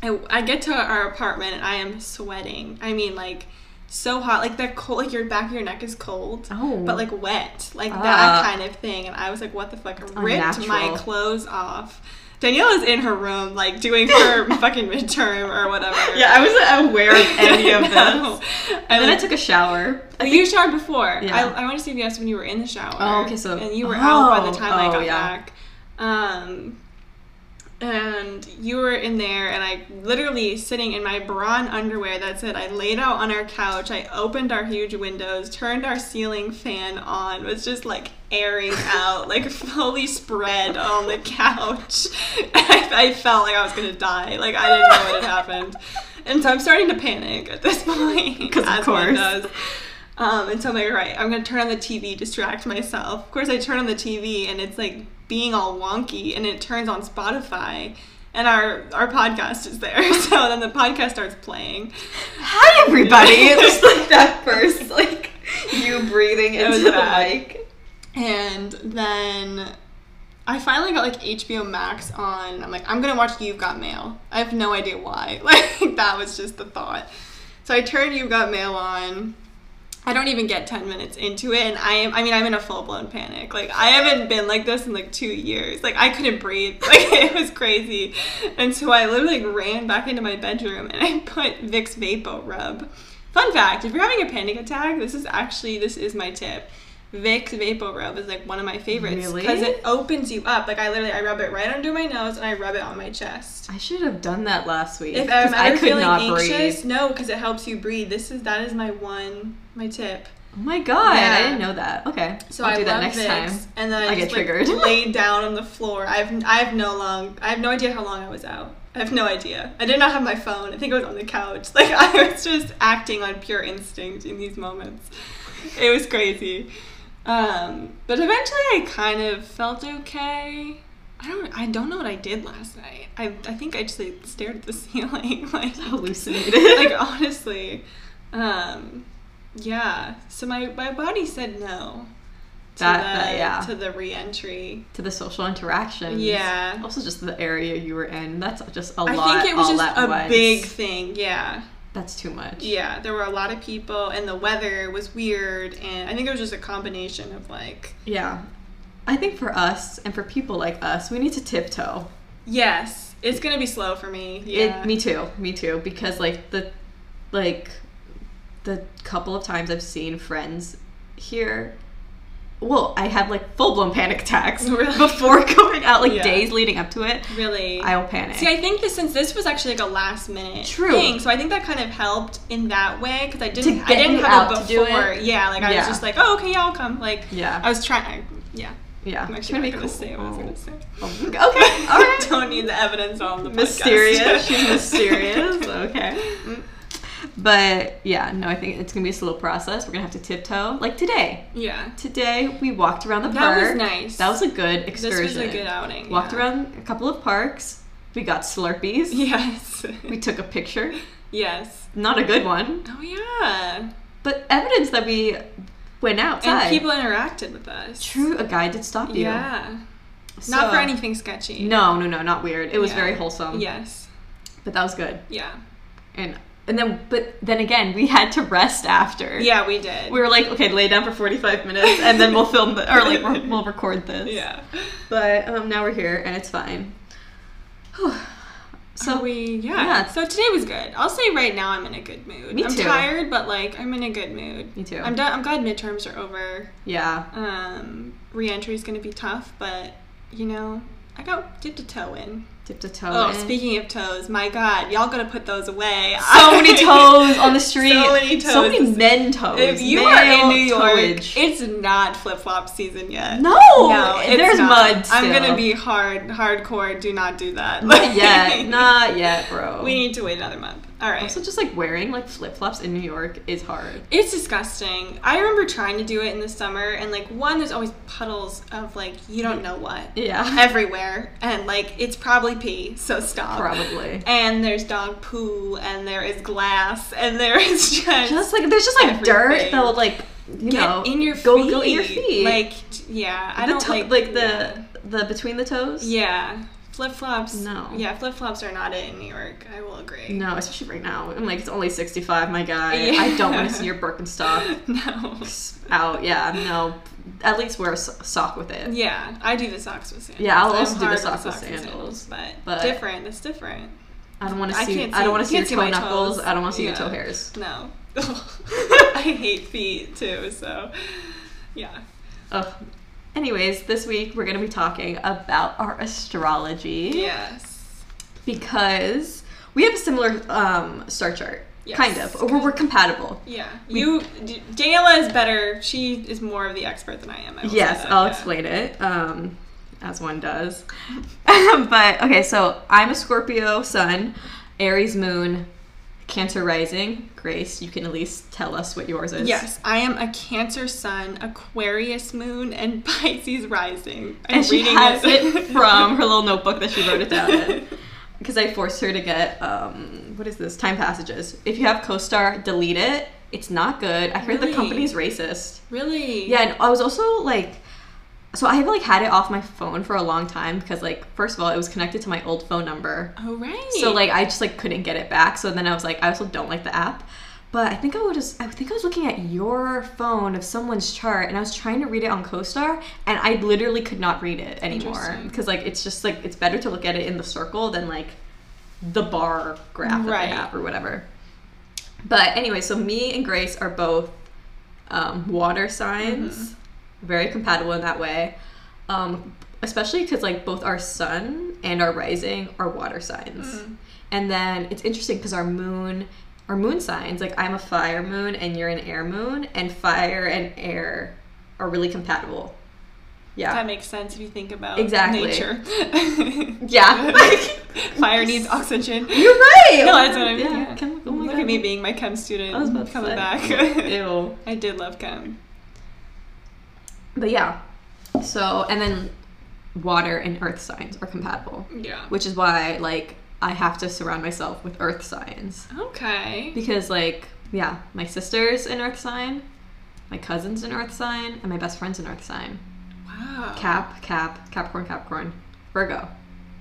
Speaker 2: I, I get to our apartment and I am sweating. I mean, like so hot. Like that cold. Like your back of your neck is cold,
Speaker 1: Oh.
Speaker 2: but like wet. Like
Speaker 1: Ah.
Speaker 2: that kind of thing. And I was like, what the fuck? Ripped my
Speaker 1: unnatural.
Speaker 2: clothes off. Danielle is in her room, like doing her fucking midterm or whatever.
Speaker 1: Yeah, I wasn't aware of any of
Speaker 2: No.
Speaker 1: this.
Speaker 2: I
Speaker 1: And then I
Speaker 2: like,
Speaker 1: took a shower.
Speaker 2: well, you showered before.
Speaker 1: Yeah.
Speaker 2: I, I went to CVS when you were in the shower.
Speaker 1: Oh, okay, so-
Speaker 2: and you were out by the
Speaker 1: Oh,
Speaker 2: time I
Speaker 1: oh,
Speaker 2: got
Speaker 1: yeah.
Speaker 2: back. Um, and you were in there, and I literally sitting in my brawn underwear. That's it. I laid out on our couch. I opened our huge windows, turned our ceiling fan on. Was just like airing out, like fully spread on the couch. I, I felt like I was gonna die. Like I didn't know what had happened, and so I'm starting to panic at this point.
Speaker 1: 'Cause of
Speaker 2: as one
Speaker 1: course.
Speaker 2: does. Um, and so I'm like, right, I'm gonna turn on the TV, distract myself. Of course, I turn on the TV, and it's like being all wonky, and it turns on Spotify, and our our podcast is there. So then the podcast starts playing.
Speaker 1: Hi everybody! It's like that first, like you breathing
Speaker 2: It was
Speaker 1: into the
Speaker 2: bad.
Speaker 1: mic.
Speaker 2: And then I finally got like HBO Max on. and I'm like, I'm gonna watch You've Got Mail. I have no idea why. Like that was just the thought. So I turned You've Got Mail on. I don't even get ten minutes into it, and I am. I mean, I'm in a full blown panic. Like I haven't been like this in like two years. Like I couldn't breathe. Like it was crazy. And so I literally like, ran back into my bedroom and I put Vicks Vapo Rub. Fun fact: If you're having a panic attack, this is actually this is my tip. Vicks Vapo Rub is like one of my favorites
Speaker 1: Really?
Speaker 2: because it opens you up. Like I literally, I rub it right under my nose and I rub it on my chest.
Speaker 1: I should have done that last week.
Speaker 2: If
Speaker 1: 'cause
Speaker 2: I'm
Speaker 1: I
Speaker 2: ever
Speaker 1: could
Speaker 2: feeling
Speaker 1: not
Speaker 2: anxious,
Speaker 1: breathe.
Speaker 2: no, because it helps you breathe. This is that is my one my tip.
Speaker 1: Oh my god,
Speaker 2: Yeah.
Speaker 1: I didn't know that. Okay.
Speaker 2: So
Speaker 1: I'll
Speaker 2: I
Speaker 1: do that
Speaker 2: love
Speaker 1: next
Speaker 2: Vicks,
Speaker 1: time.
Speaker 2: And then I,
Speaker 1: I get
Speaker 2: just, like,
Speaker 1: triggered.
Speaker 2: laid down on the floor. I've I've no long. I have no idea how long I was out. I have no idea. I did not have my phone. I think I was on the couch. Like I was just acting on pure instinct in these moments. It was crazy. Um, but eventually, I kind of felt okay. I don't. I don't know what I did last night. I I think I just like, stared at the ceiling. Like
Speaker 1: Hallucinated.
Speaker 2: like honestly, um, yeah. So my my body said no to
Speaker 1: That-
Speaker 2: the
Speaker 1: that- yeah.
Speaker 2: to the reentry.
Speaker 1: To the social interactions.
Speaker 2: Yeah.
Speaker 1: Also just the area you were in. That's just a lot.
Speaker 2: I think it was
Speaker 1: all
Speaker 2: just
Speaker 1: at
Speaker 2: a
Speaker 1: once.
Speaker 2: big thing. Yeah,
Speaker 1: That's too much.
Speaker 2: yeah. There were a lot of people, and the weather was weird, and I think it was just a combination of like
Speaker 1: Yeah. I think for us and for people like us, we need to tiptoe.
Speaker 2: yes, it's gonna be slow for me. Yeah,
Speaker 1: It, me too. Me too. Because like the like the couple of times I've seen friends here well, I had like full blown panic attacks
Speaker 2: Really?
Speaker 1: before going out, like
Speaker 2: Yeah.
Speaker 1: days leading up to it.
Speaker 2: really.
Speaker 1: I'll panic.
Speaker 2: See, I think this since this was actually like a last minute
Speaker 1: True.
Speaker 2: thing, so I think that kind of helped in that way because I didn't
Speaker 1: To
Speaker 2: I
Speaker 1: get
Speaker 2: didn't
Speaker 1: you
Speaker 2: have
Speaker 1: out
Speaker 2: it
Speaker 1: to do
Speaker 2: before.
Speaker 1: it.
Speaker 2: Yeah, like I
Speaker 1: Yeah.
Speaker 2: was just like, oh okay, yeah, I'll come. Like
Speaker 1: Yeah.
Speaker 2: I was trying. I, yeah,
Speaker 1: yeah.
Speaker 2: I'm
Speaker 1: Trying to
Speaker 2: actually
Speaker 1: be
Speaker 2: not gonna
Speaker 1: cool.
Speaker 2: say what I was gonna say. Oh
Speaker 1: Oh, Okay. All right.
Speaker 2: Don't need the evidence on the podcast.
Speaker 1: mysterious. She's mysterious. Okay. But yeah, no, I think it's gonna be a slow process. We're gonna have to tiptoe. Like today.
Speaker 2: yeah,
Speaker 1: Today we walked around the
Speaker 2: that
Speaker 1: park.
Speaker 2: was nice.
Speaker 1: That was a good excursion.
Speaker 2: this was a good outing.
Speaker 1: Walked
Speaker 2: yeah.
Speaker 1: around a couple of parks. We got Slurpees.
Speaker 2: Yes.
Speaker 1: We took a picture.
Speaker 2: yes.
Speaker 1: Not a good one,
Speaker 2: Oh yeah.
Speaker 1: but evidence that we went outside.
Speaker 2: And people interacted with us.
Speaker 1: True, a guy did stop you.
Speaker 2: Yeah.
Speaker 1: So-
Speaker 2: Not for anything sketchy.
Speaker 1: No, no, no, not weird. It was
Speaker 2: Yeah.
Speaker 1: very wholesome.
Speaker 2: Yes.
Speaker 1: But that was good.
Speaker 2: Yeah.
Speaker 1: And and then but then again, we had to rest after.
Speaker 2: Yeah, we did.
Speaker 1: We were like, okay, lay down for 45 minutes and then we'll film the, or like we'll, we'll record this.
Speaker 2: yeah.
Speaker 1: But um, now we're here and it's fine. Um,
Speaker 2: So
Speaker 1: so we
Speaker 2: we yeah.
Speaker 1: yeah.
Speaker 2: So today was good. I'll say right now I'm in a good mood.
Speaker 1: Me
Speaker 2: I'm
Speaker 1: too.
Speaker 2: tired, but like I'm in a good mood.
Speaker 1: Me too.
Speaker 2: I'm done. I'm glad midterms are over.
Speaker 1: yeah.
Speaker 2: Um, reentry is gonna be tough, but you know I got dipped a toe in.
Speaker 1: Dip to toe.
Speaker 2: Oh,
Speaker 1: in.
Speaker 2: speaking of toes, my God, y'all gotta put those away.
Speaker 1: So many toes on the street.
Speaker 2: So many
Speaker 1: So many
Speaker 2: toes.
Speaker 1: men toes.
Speaker 2: If you
Speaker 1: Male
Speaker 2: are in New York,
Speaker 1: toeage.
Speaker 2: it's not flip flop season yet.
Speaker 1: No,
Speaker 2: it's
Speaker 1: there's
Speaker 2: not.
Speaker 1: mud still.
Speaker 2: I'm gonna be hard, hardcore. Do not do that.
Speaker 1: not yet, not yet, bro.
Speaker 2: We need to wait another month. All right.
Speaker 1: also just like wearing like flip flops in New York is hard.
Speaker 2: It's disgusting. I remember trying to do it in the summer, and like one, there's always puddles of like you don't know what
Speaker 1: Yeah,
Speaker 2: everywhere, and like it's probably pee, so stop.
Speaker 1: probably.
Speaker 2: And there's dog poo, and there is glass, and there is just,
Speaker 1: Just like there's just like dirt
Speaker 2: Everything.
Speaker 1: that will like you
Speaker 2: get
Speaker 1: know
Speaker 2: in your feet.
Speaker 1: go go in your feet
Speaker 2: Like t- yeah, I
Speaker 1: the
Speaker 2: don't
Speaker 1: toe-
Speaker 2: like,
Speaker 1: the the between the toes.
Speaker 2: yeah flip flops.
Speaker 1: No.
Speaker 2: yeah flip flops are not it in New York. I will agree.
Speaker 1: No, especially right now. I'm like it's only 65, my guy.
Speaker 2: Yeah.
Speaker 1: I don't want to see your Birkenstock
Speaker 2: no.
Speaker 1: out. Yeah, no. At least wear a so- sock with it.
Speaker 2: Yeah, I do the socks with sandals.
Speaker 1: Yeah, I'll
Speaker 2: I'm
Speaker 1: also do the
Speaker 2: hard
Speaker 1: sock with
Speaker 2: and
Speaker 1: sandals,
Speaker 2: but,
Speaker 1: but-
Speaker 2: different. It's different.
Speaker 1: I don't want to
Speaker 2: I
Speaker 1: see.
Speaker 2: can't
Speaker 1: I don't want to
Speaker 2: see-
Speaker 1: see your
Speaker 2: can't see
Speaker 1: toe
Speaker 2: my
Speaker 1: knuckles.
Speaker 2: toes.
Speaker 1: I don't want to see your
Speaker 2: Yeah.
Speaker 1: toe hairs.
Speaker 2: No, I hate feet too. So, yeah,
Speaker 1: Ugh. Anyways, this week we're gonna be talking about our astrology
Speaker 2: yes,
Speaker 1: because we have a similar um, star chart,
Speaker 2: Yes.
Speaker 1: kind of. We're, we're compatible.
Speaker 2: yeah. You, D- Daniela is better. She is more of the expert than I am. I will say
Speaker 1: Yes,
Speaker 2: that,
Speaker 1: I'll
Speaker 2: yeah.
Speaker 1: explain it, um, as one does. but okay, so I'm a Scorpio sun, Aries moon, Cancer rising. Grace, you can at least tell us what yours is.
Speaker 2: Yes, I am a Cancer Sun, Aquarius Moon, and Pisces Rising. I'm
Speaker 1: and she
Speaker 2: reading
Speaker 1: has
Speaker 2: this.
Speaker 1: it from her little notebook that she wrote it down in. Because I forced her to get um, what is this time passages. If you have CoStar, delete it. It's not good. I heard
Speaker 2: Really?
Speaker 1: the company's racist.
Speaker 2: really?
Speaker 1: Yeah, and I was also like, so I have like had it off my phone for a long time because like first of all, it was connected to my old phone number,
Speaker 2: Oh right.
Speaker 1: so like I just like couldn't get it back. So then I was like, I also don't like the app. But I think I would just I think I was looking at your phone of someone's chart and I was trying to read it on CoStar and I literally could not read it anymore
Speaker 2: Interesting.
Speaker 1: because like it's just like it's better to look at it in the circle than like the bar graph that
Speaker 2: Right.
Speaker 1: they have or whatever. But anyway, so me and Grace are both um, water signs,
Speaker 2: Mm-hmm.
Speaker 1: very compatible in that way. Um, especially because like both our sun and our rising are water signs,
Speaker 2: Mm-hmm.
Speaker 1: and then it's interesting because our moon, our moon signs like I'm a fire moon and you're an air moon, and fire and air are really compatible. Yeah,
Speaker 2: that makes sense if you think about
Speaker 1: Exactly.
Speaker 2: nature.
Speaker 1: yeah,
Speaker 2: Fire needs oxygen.
Speaker 1: you're right.
Speaker 2: No, that's what I mean.
Speaker 1: Yeah,
Speaker 2: yeah.
Speaker 1: Chem- oh my
Speaker 2: Look
Speaker 1: God.
Speaker 2: at me being my chem student.
Speaker 1: I was about to
Speaker 2: coming
Speaker 1: say.
Speaker 2: back.
Speaker 1: Ew.
Speaker 2: I did love chem.
Speaker 1: But yeah, so and then water and earth signs are compatible.
Speaker 2: Yeah.
Speaker 1: which is why like I have to surround myself with earth signs
Speaker 2: Okay.
Speaker 1: because like yeah, my sister's an earth sign, my cousin's an earth sign, and my best friend's an earth sign.
Speaker 2: Wow.
Speaker 1: Cap, Cap, Capricorn, Capricorn, Virgo.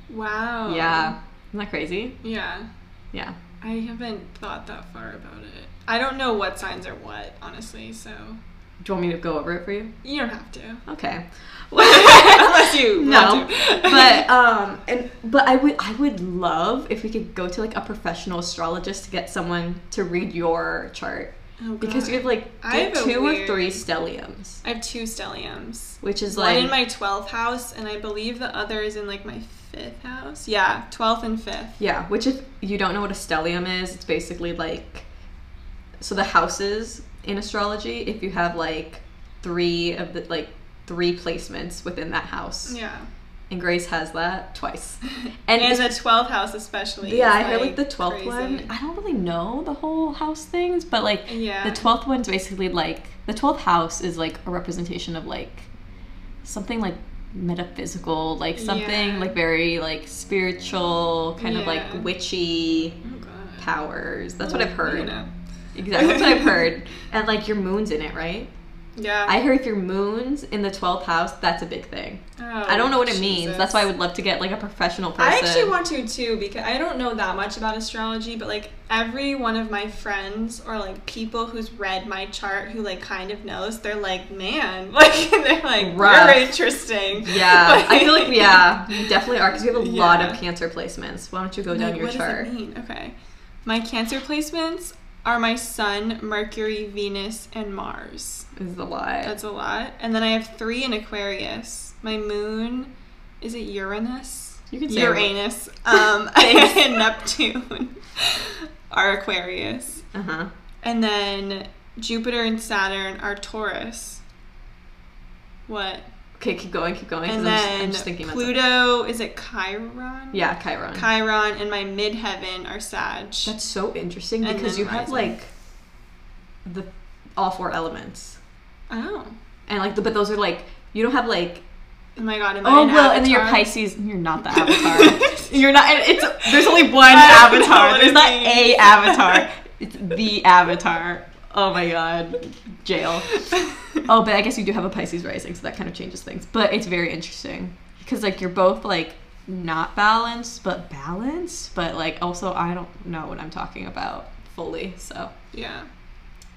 Speaker 2: Wow.
Speaker 1: Yeah, isn't that crazy?
Speaker 2: Yeah.
Speaker 1: Yeah,
Speaker 2: I haven't thought that far about it. I don't know what signs are what, honestly. So
Speaker 1: do you want me to go over it for you?
Speaker 2: you don't have to,
Speaker 1: Okay.
Speaker 2: unless you
Speaker 1: No,
Speaker 2: want to.
Speaker 1: but um, and but I would I would love if we could go to like a professional astrologist to get someone to read your chart
Speaker 2: Oh,
Speaker 1: because
Speaker 2: God.
Speaker 1: you have like
Speaker 2: I have a
Speaker 1: two or
Speaker 2: weird-
Speaker 1: three stelliums,
Speaker 2: I have two stelliums.
Speaker 1: which is
Speaker 2: One
Speaker 1: like
Speaker 2: in my twelfth house, and I believe the other is in like my fifth house. Yeah, twelfth and fifth.
Speaker 1: Yeah, which if you don't know what a stellium is, it's basically like so the houses in astrology, if you have like three of the like three placements within that house.
Speaker 2: Yeah.
Speaker 1: And Grace has that twice. And,
Speaker 2: And,
Speaker 1: it's-
Speaker 2: the twelfth house especially.
Speaker 1: yeah,
Speaker 2: is,
Speaker 1: I heard like the twelfth
Speaker 2: crazy.
Speaker 1: one. I don't really know the whole house things, but like
Speaker 2: Yeah.
Speaker 1: the twelfth one's basically like the twelfth house is like a representation of like something like metaphysical, like something
Speaker 2: Yeah.
Speaker 1: like very like spiritual, kind of
Speaker 2: Yeah.
Speaker 1: like witchy
Speaker 2: Oh god.
Speaker 1: powers. That's what I've heard.
Speaker 2: You know.
Speaker 1: Exactly, that's what I've heard. And like your moon's in it, right?
Speaker 2: Yeah.
Speaker 1: I heard if your moon's in the twelfth house, that's a big thing.
Speaker 2: Oh,
Speaker 1: I don't know what it means.
Speaker 2: Jesus.
Speaker 1: That's why I would love to get like a professional person.
Speaker 2: I actually want to too because I don't know that much about astrology, but like every one of my friends or like people who's read my chart who like kind of knows, they're like, man, like they're like,
Speaker 1: Rough.
Speaker 2: you're interesting.
Speaker 1: Yeah, I feel like yeah, you definitely are because we have a lot of
Speaker 2: Yeah.
Speaker 1: Cancer placements. Why don't you go
Speaker 2: Like,
Speaker 1: down your
Speaker 2: what
Speaker 1: chart?
Speaker 2: does it mean? Okay, my Cancer placements are my Sun, Mercury, Venus, and Mars.
Speaker 1: This is a lot.
Speaker 2: That's a lot, and then I have three in Aquarius. My Moon, is it Uranus?
Speaker 1: you can say
Speaker 2: Uranus, um, and Neptune are Aquarius,
Speaker 1: Uh huh.
Speaker 2: and then Jupiter and Saturn are Taurus. What?
Speaker 1: Okay, keep going, keep going. 'cause
Speaker 2: And
Speaker 1: I'm, just,
Speaker 2: then
Speaker 1: I'm just thinking about something.
Speaker 2: Pluto is it Chiron?
Speaker 1: Yeah, Chiron.
Speaker 2: Chiron and my midheaven are Sag.
Speaker 1: That's so interesting
Speaker 2: And
Speaker 1: because
Speaker 2: then
Speaker 1: you have
Speaker 2: rising.
Speaker 1: like the all four elements
Speaker 2: oh,
Speaker 1: and like the, but those are like you don't have like
Speaker 2: oh my God! Am I
Speaker 1: oh
Speaker 2: an
Speaker 1: well and then you're
Speaker 2: avatar?
Speaker 1: Pisces and you're not the avatar. you're not. and It's there's only one
Speaker 2: I don't know
Speaker 1: avatar.
Speaker 2: what
Speaker 1: There's
Speaker 2: it
Speaker 1: not
Speaker 2: means.
Speaker 1: a avatar. It's the avatar. Oh my god, jail. Oh, but I guess you do have a Pisces rising, so that kind of changes things. But it's very interesting because like you're both like not balanced, but balanced, but like also I don't know what I'm talking about fully. So
Speaker 2: yeah,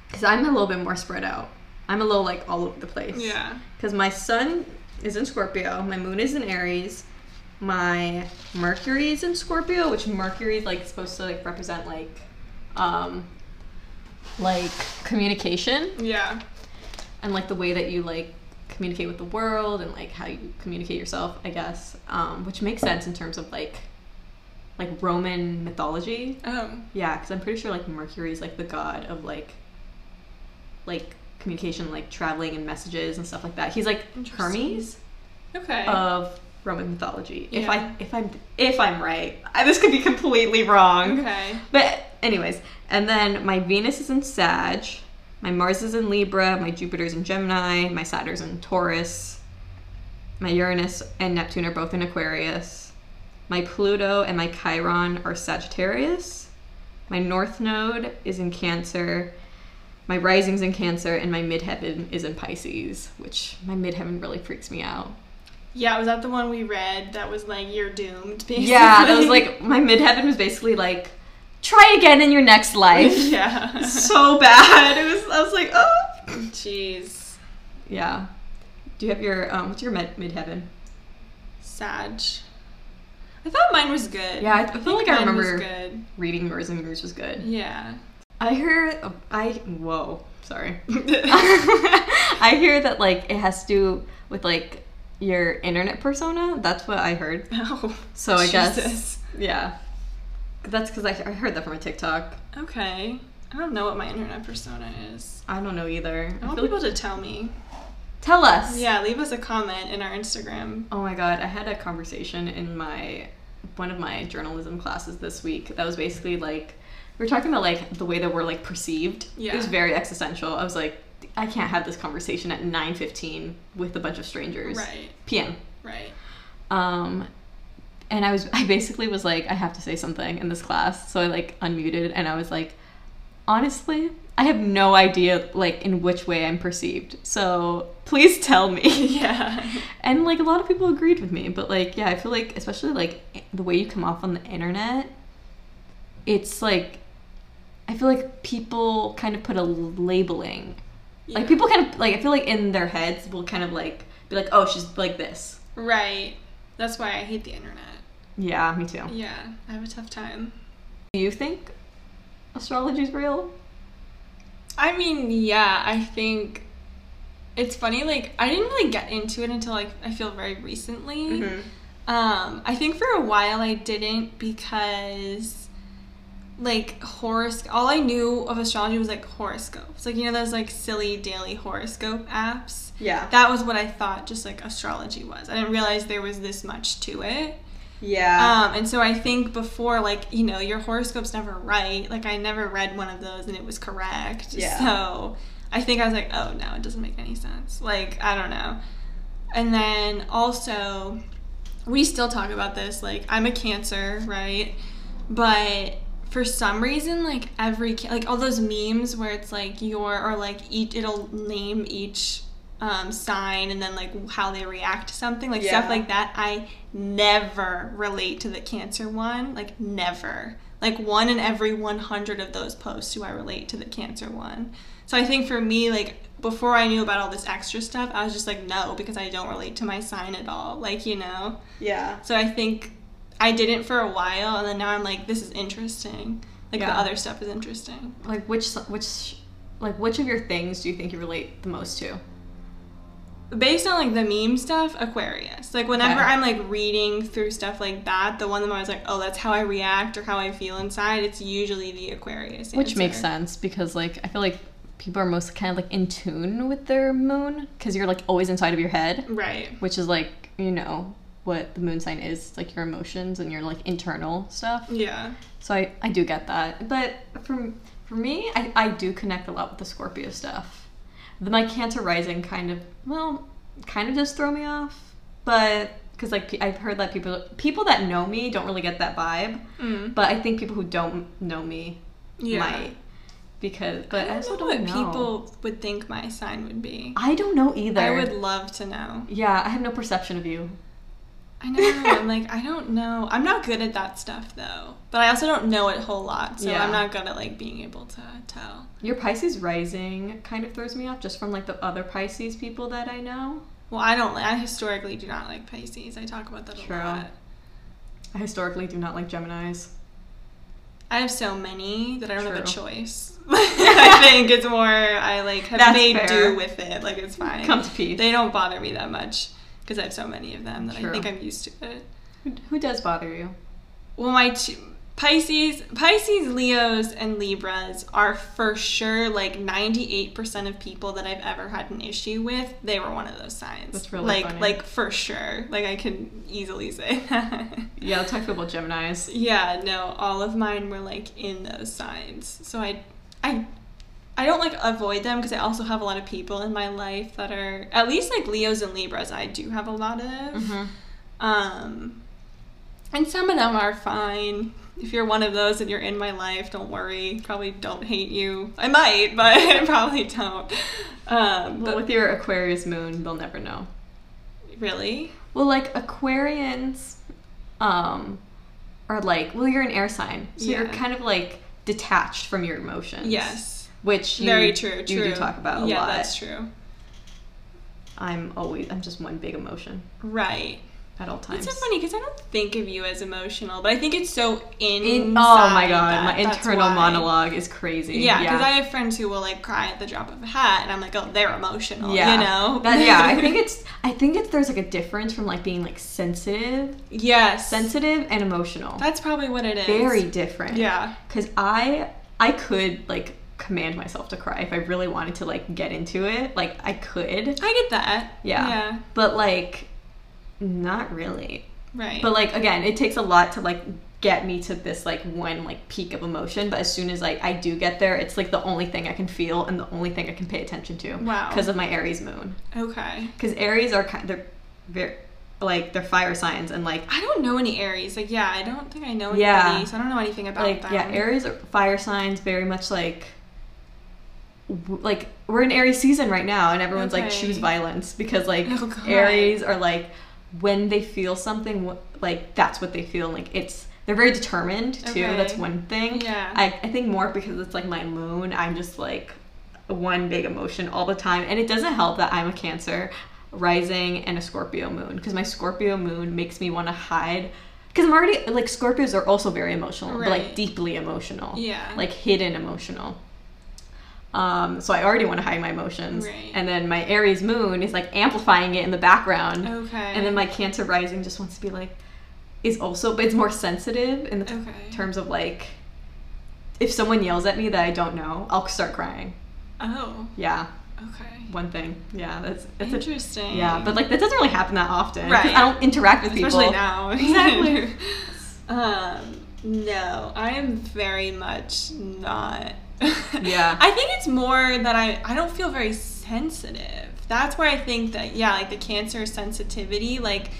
Speaker 1: because I'm a little bit more spread out. I'm a little like all over the place.
Speaker 2: yeah.
Speaker 1: Because my sun is in Scorpio, my moon is in Aries, my Mercury is in Scorpio, which Mercury is like supposed to like represent like, um, like communication
Speaker 2: Yeah.
Speaker 1: and like the way that you like communicate with the world and like how you communicate yourself, I guess, um, which makes sense in terms of like, like Roman mythology.
Speaker 2: Oh.
Speaker 1: Yeah, because I'm pretty sure like Mercury is like the god of like, like communication, like traveling and messages and stuff like that. He's like
Speaker 2: Interesting.
Speaker 1: Hermes
Speaker 2: Okay.
Speaker 1: of Roman mythology. If
Speaker 2: Yeah.
Speaker 1: I if I'm if I'm right, I, this could be completely wrong.
Speaker 2: okay.
Speaker 1: But anyways, and then my Venus is in Sag, my Mars is in Libra, my Jupiter's in Gemini, my Saturn's in Taurus, my Uranus and Neptune are both in Aquarius, my Pluto and my Chiron are Sagittarius, my North Node is in Cancer, my Rising's in Cancer, and my Midheaven is in Pisces, which my Midheaven really freaks me out.
Speaker 2: Yeah, was that the one we read that was like you're doomed? Basically?
Speaker 1: Yeah, that was like my midheaven was basically like, try again in your next life.
Speaker 2: yeah.
Speaker 1: so bad. It was. I was like, oh.
Speaker 2: Jeez,
Speaker 1: Yeah. Do you have your um? What's your med- midheaven?
Speaker 2: Sag. I thought mine was good.
Speaker 1: Yeah, I- I feel like
Speaker 2: think
Speaker 1: I
Speaker 2: mine was
Speaker 1: remember-
Speaker 2: good.
Speaker 1: Reading yours and yours was good.
Speaker 2: Yeah.
Speaker 1: I hear. uh, I whoa. Sorry. I hear that like it has to do with like your internet persona. That's what I heard.
Speaker 2: oh.
Speaker 1: So I guess
Speaker 2: Jesus.
Speaker 1: yeah. That's because I, I heard that from a TikTok.
Speaker 2: Okay. I don't know what my internet persona is.
Speaker 1: I don't know either.
Speaker 2: I
Speaker 1: I
Speaker 2: want
Speaker 1: feel like-
Speaker 2: people to tell me.
Speaker 1: tell us.
Speaker 2: Yeah, leave us a comment in our Instagram.
Speaker 1: Oh my god, I had a conversation in my one of my journalism classes this week that was basically like we were talking about like the way that we're like perceived. It was
Speaker 2: Yeah.
Speaker 1: very existential. I was like, I can't have this conversation at nine fifteen with a bunch of strangers.
Speaker 2: Right.
Speaker 1: PM.
Speaker 2: Right.
Speaker 1: Um and I was I basically was like, I have to say something in this class. So I like unmuted and I was like, honestly, I have no idea like in which way I'm perceived. So please tell me.
Speaker 2: Yeah.
Speaker 1: And like a lot of people agreed with me, but like yeah, I feel like especially like the way you come off on the internet, it's like I feel like people kind of put a labeling.
Speaker 2: Yeah.
Speaker 1: Like people kind of like I feel like in their heads will kind of like be like, "Oh, she's like this."
Speaker 2: Right. That's why I hate the internet.
Speaker 1: Yeah, me too.
Speaker 2: Yeah, I have a tough time.
Speaker 1: Do you think astrology's real?
Speaker 2: I mean, yeah, I think it's funny. Like, I didn't really get into it until like I feel very recently.
Speaker 1: Mm-hmm.
Speaker 2: Um, I think for a while I didn't because like horoscope. All I knew of astrology was like horoscopes. Like you know those like silly daily horoscope apps.
Speaker 1: Yeah.
Speaker 2: That was what I thought. Just like astrology was. I didn't realize there was this much to it.
Speaker 1: yeah.
Speaker 2: Um, and so I think before, like, you know, your horoscope's never right. Like, I never read one of those and it was correct.
Speaker 1: Yeah.
Speaker 2: So I think I was like, oh, no, it doesn't make any sense. Like, I don't know. And then also, we still talk about this. Like, I'm a Cancer, right? But for some reason, like every ca- like all those memes where it's like your or like each it'll name each um, sign and then like how they react to something like
Speaker 1: Yeah.
Speaker 2: stuff like that. I never relate to the Cancer one. Like never. Like one in every 100 of those posts do I relate to the Cancer one. So I think for me, like before I knew about all this extra stuff, I was just like, no, because I don't relate to my sign at all. Like, you know?
Speaker 1: Yeah.
Speaker 2: So I think I didn't for a while, and then now I'm like, this is interesting. Like the
Speaker 1: Yeah.
Speaker 2: other stuff is interesting.
Speaker 1: Like which which like which of your things do you think you relate the most to?
Speaker 2: Based on like the meme stuff, Aquarius. Like whenever
Speaker 1: Okay.
Speaker 2: I'm like reading through stuff like that, the one that I was like, oh, that's how I react or how I feel inside. It's usually the Aquarius.
Speaker 1: Which makes
Speaker 2: answer.
Speaker 1: sense because like I feel like people are most kind of like in tune with their moon because you're like always inside of your head,
Speaker 2: Right.
Speaker 1: which is like you know what the moon sign is it's like your emotions and your like internal stuff.
Speaker 2: Yeah.
Speaker 1: So I I do get that, but for for me I I do connect a lot with the Scorpio stuff. The, my Cancer rising kind of well kind of does throw me off, but because like pe- I've heard that people people that know me don't really get that vibe,
Speaker 2: Mm.
Speaker 1: but I think people who don't know me
Speaker 2: Yeah.
Speaker 1: might because but I,
Speaker 2: I
Speaker 1: also
Speaker 2: don't know
Speaker 1: don't
Speaker 2: what
Speaker 1: know.
Speaker 2: people would think my sign would be.
Speaker 1: I don't know either.
Speaker 2: I would love to know.
Speaker 1: Yeah, I have no perception of you.
Speaker 2: I know. I'm like, I don't know. I'm not good at that stuff though. But I also don't know it a whole lot, so
Speaker 1: Yeah.
Speaker 2: I'm not good at like being able to tell.
Speaker 1: Your Pisces rising kind of throws me off just from like the other Pisces people that I know.
Speaker 2: Well, I don't. I historically do not like Pisces. I talk about that
Speaker 1: True.
Speaker 2: a lot.
Speaker 1: I historically do not like Geminis.
Speaker 2: I have so many that I don't have a
Speaker 1: True.
Speaker 2: choice. I think it's more I like have
Speaker 1: That's
Speaker 2: made
Speaker 1: fair.
Speaker 2: do with it. Like it's fine.
Speaker 1: Come to peace.
Speaker 2: They don't bother me that much because I have so many of them that
Speaker 1: True.
Speaker 2: I think I'm used to it.
Speaker 1: Who, who does bother you?
Speaker 2: Well, my two, Pisces, Pisces, Leos, and Libras are for sure like 98% of people that I've ever had an issue with. They were one of those signs.
Speaker 1: That's really
Speaker 2: like
Speaker 1: funny.
Speaker 2: like for sure. Like I can easily say. that.
Speaker 1: Yeah, let's talk about Geminis.
Speaker 2: yeah, no, all of mine were like in those signs. So I I I don't like avoid them because I also have a lot of people in my life that are at least like Leos and Libras. I do have a lot of.
Speaker 1: Mm-hmm.
Speaker 2: Um, and some of them are fine. If you're one of those and you're in my life, don't worry. Probably don't hate you. I might, but I probably don't. Um,
Speaker 1: Well,
Speaker 2: but
Speaker 1: with your Aquarius moon, they'll never know.
Speaker 2: really,
Speaker 1: Well, like Aquarians um are like, well, you're an air sign. So you're
Speaker 2: Yeah.
Speaker 1: kind of like detached from your emotions.
Speaker 2: yes,
Speaker 1: Which you,
Speaker 2: very true.
Speaker 1: you
Speaker 2: True.
Speaker 1: do talk about a
Speaker 2: yeah,
Speaker 1: lot.
Speaker 2: that's true.
Speaker 1: I'm always I'm just one big emotion
Speaker 2: Right.
Speaker 1: at all times.
Speaker 2: It's so funny because I don't think of you as emotional, but I think it's so inside.
Speaker 1: In- oh my god,
Speaker 2: that-
Speaker 1: my
Speaker 2: that's
Speaker 1: internal
Speaker 2: why.
Speaker 1: monologue is crazy.
Speaker 2: Yeah, because I have friends who will like cry at the drop of a hat, and I'm like, oh, they're emotional.
Speaker 1: Yeah.
Speaker 2: You know.
Speaker 1: That- yeah, I think it's I think it's there's like a difference from like being like sensitive,
Speaker 2: yes.
Speaker 1: sensitive and emotional.
Speaker 2: That's probably what it is.
Speaker 1: Very different.
Speaker 2: Yeah.
Speaker 1: Cuz I I could like command myself to cry if I really wanted to like get into it. Like I could.
Speaker 2: I get that.
Speaker 1: Yeah.
Speaker 2: Yeah.
Speaker 1: But like not really.
Speaker 2: Right.
Speaker 1: But like again, it takes a lot to like get me to this like one like peak of emotion. But as soon as like I do get there, it's like the only thing I can feel and the only thing I can pay attention to.
Speaker 2: Wow.
Speaker 1: Because of my Aries moon.
Speaker 2: okay.
Speaker 1: Because Aries are kind they're very like they're fire signs and like
Speaker 2: I don't know any Aries. Like, yeah, I don't think I know anybody,
Speaker 1: Yeah.
Speaker 2: so I don't know anything about
Speaker 1: like
Speaker 2: them.
Speaker 1: yeah Aries are fire signs very much like w- like we're in Aries season right now and everyone's like
Speaker 2: Okay.
Speaker 1: choose violence because like
Speaker 2: Oh, God.
Speaker 1: Aries are like when they feel something wh- like that's what they feel like it's they're very determined too
Speaker 2: Okay.
Speaker 1: that's one thing
Speaker 2: Yeah.
Speaker 1: I, I think more because it's like my moon I'm just like one big emotion all the time and it doesn't help that I'm a cancer rising and a Scorpio moon because my Scorpio moon makes me want to hide because I'm already like Scorpios are also very emotional but like
Speaker 2: Right.
Speaker 1: deeply emotional
Speaker 2: Yeah.
Speaker 1: like hidden emotional um, so I already want to hide my emotions.
Speaker 2: Right.
Speaker 1: And then my Aries moon is like amplifying it in the background.
Speaker 2: Okay.
Speaker 1: And then my Cancer rising just wants to be like, is also, but it's more sensitive in the
Speaker 2: Okay.
Speaker 1: terms of like, if someone yells at me that I don't know, I'll start crying.
Speaker 2: oh.
Speaker 1: Yeah,
Speaker 2: Okay.
Speaker 1: one thing. Yeah, that's that's a,
Speaker 2: Interesting.
Speaker 1: yeah, but like that doesn't really happen that often. 'cause
Speaker 2: Right.
Speaker 1: I don't interact with people.
Speaker 2: especially now.
Speaker 1: Exactly.
Speaker 2: um. No, I am very much not.
Speaker 1: Yeah.
Speaker 2: I think it's more that I I don't feel very. s- sensitive. That's where I think that yeah, like the cancer sensitivity, like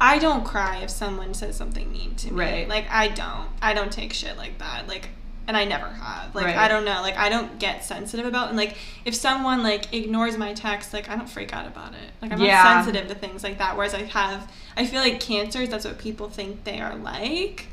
Speaker 2: I don't cry if someone says something mean to me.
Speaker 1: Right.
Speaker 2: Like I don't. I don't take shit like that. Like and I never have. Like
Speaker 1: Right.
Speaker 2: I don't know. Like I don't get sensitive about and like if someone like ignores my text, like I don't freak out about it. Like I'm
Speaker 1: Yeah.
Speaker 2: not sensitive to things like that. Whereas I have I feel like cancers, that's what people think they are like.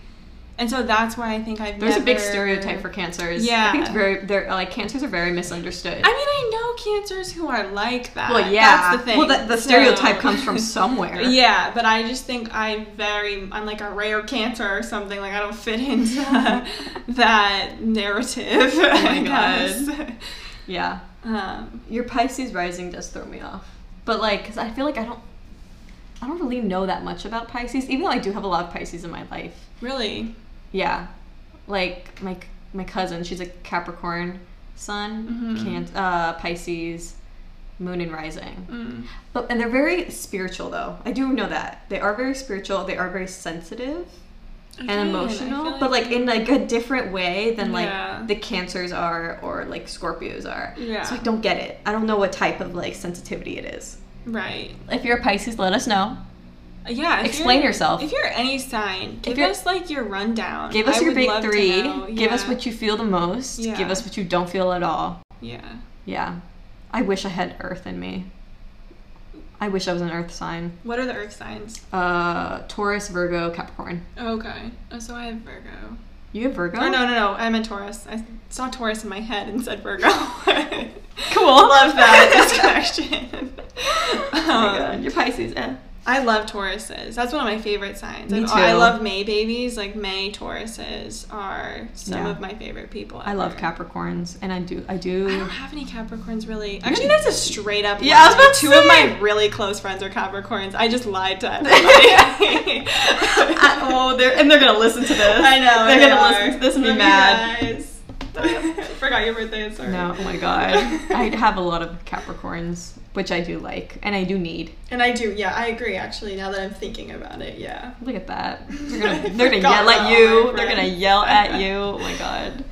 Speaker 2: And so that's why I think I've
Speaker 1: There's a big
Speaker 2: never-
Speaker 1: stereotype for cancers. I
Speaker 2: Yeah.
Speaker 1: think it's very they're like cancers are very misunderstood.
Speaker 2: I mean, I know cancers who are like that.
Speaker 1: well, yeah.
Speaker 2: That's the thing.
Speaker 1: Well, the, the
Speaker 2: So-
Speaker 1: stereotype comes from somewhere.
Speaker 2: yeah, but I just think I'm very, I'm like a rare cancer or something. Like, I don't fit into that narrative. Oh
Speaker 1: my
Speaker 2: I
Speaker 1: God.
Speaker 2: guess.
Speaker 1: Yeah.
Speaker 2: Um,
Speaker 1: Your Pisces rising does throw me off, but like, cause I feel like I don't, I don't really know that much about Pisces, even though I do have a lot of Pisces in my life.
Speaker 2: really?
Speaker 1: Yeah, like my my cousin, she's a Capricorn sun,
Speaker 2: Mhm.
Speaker 1: can uh, Pisces, moon and rising.
Speaker 2: Mm.
Speaker 1: But and they're very spiritual though. I do know that they are very spiritual. They are very sensitive and emotional, but like in like a different way than
Speaker 2: Yeah.
Speaker 1: like the cancers are or like Scorpios are.
Speaker 2: Yeah.
Speaker 1: So I don't get it. I don't know what type of like sensitivity it is.
Speaker 2: right.
Speaker 1: If you're a Pisces, let us know.
Speaker 2: Yeah. if
Speaker 1: Explain
Speaker 2: you're-
Speaker 1: yourself.
Speaker 2: If you're any sign, give
Speaker 1: you're-
Speaker 2: us like your rundown.
Speaker 1: Give us
Speaker 2: I
Speaker 1: your
Speaker 2: would
Speaker 1: big
Speaker 2: love to
Speaker 1: three.
Speaker 2: know.
Speaker 1: Give us
Speaker 2: Yeah.
Speaker 1: what you feel the most. Give
Speaker 2: Yeah.
Speaker 1: us what you don't feel at all.
Speaker 2: Yeah.
Speaker 1: Yeah. I wish I had Earth in me. I wish I was an Earth sign.
Speaker 2: What are the earth signs?
Speaker 1: Uh, Taurus, Virgo, Capricorn.
Speaker 2: Okay. Oh, so I have Virgo.
Speaker 1: You have Virgo?
Speaker 2: Oh no no no! I'm a Taurus. I saw Taurus in my head and said Virgo.
Speaker 1: Cool.
Speaker 2: Love that disconnection.
Speaker 1: Oh my God,
Speaker 2: Um,
Speaker 1: You're Pisces. Eh.
Speaker 2: I love Tauruses. That's one of my favorite signs.
Speaker 1: Me
Speaker 2: Like, I
Speaker 1: too.
Speaker 2: love May babies. Like May Tauruses are some
Speaker 1: Yeah.
Speaker 2: of my favorite people.
Speaker 1: I love
Speaker 2: ever.
Speaker 1: Capricorns, and I do. I
Speaker 2: I
Speaker 1: do.
Speaker 2: don't have any Capricorns really. Actually, that's a straight up.
Speaker 1: Yeah, I was
Speaker 2: lie.
Speaker 1: about to
Speaker 2: Two of
Speaker 1: say.
Speaker 2: my really close friends are Capricorns. I just lied to everybody.
Speaker 1: I- oh, they're and they're gonna listen to this.
Speaker 2: I know.
Speaker 1: They're
Speaker 2: they
Speaker 1: gonna
Speaker 2: are.
Speaker 1: listen to this and be
Speaker 2: Love you
Speaker 1: mad.
Speaker 2: guys. I forgot your birthday. Sorry.
Speaker 1: No, oh my god. I have a lot of Capricorns, which I do like, and I do need.
Speaker 2: And I do, yeah, I agree actually, now that I'm thinking about it, yeah.
Speaker 1: Look at that. They're
Speaker 2: I
Speaker 1: gonna, they're gonna
Speaker 2: forgot
Speaker 1: yell
Speaker 2: about
Speaker 1: at
Speaker 2: all
Speaker 1: you.
Speaker 2: my
Speaker 1: They're gonna
Speaker 2: friends.
Speaker 1: yell at you. Oh my god.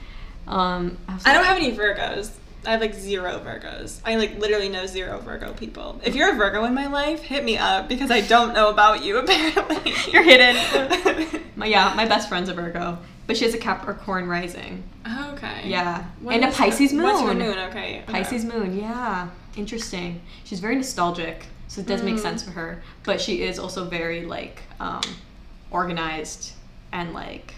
Speaker 1: Um, was
Speaker 2: I
Speaker 1: like-
Speaker 2: don't have any Virgos. I have like zero Virgos. I like literally know zero Virgo people. If you're a Virgo in my life, hit me up because I don't know about you apparently.
Speaker 1: You're hidden. My, yeah, my best friend's a Virgo, but she has a Capricorn rising.
Speaker 2: okay.
Speaker 1: Yeah,
Speaker 2: What
Speaker 1: and a
Speaker 2: is-
Speaker 1: Pisces moon.
Speaker 2: What's her moon? Okay. okay.
Speaker 1: Pisces moon. Yeah, interesting. She's very nostalgic, so it does make
Speaker 2: Mm.
Speaker 1: sense for her. But she is also very like um, organized and like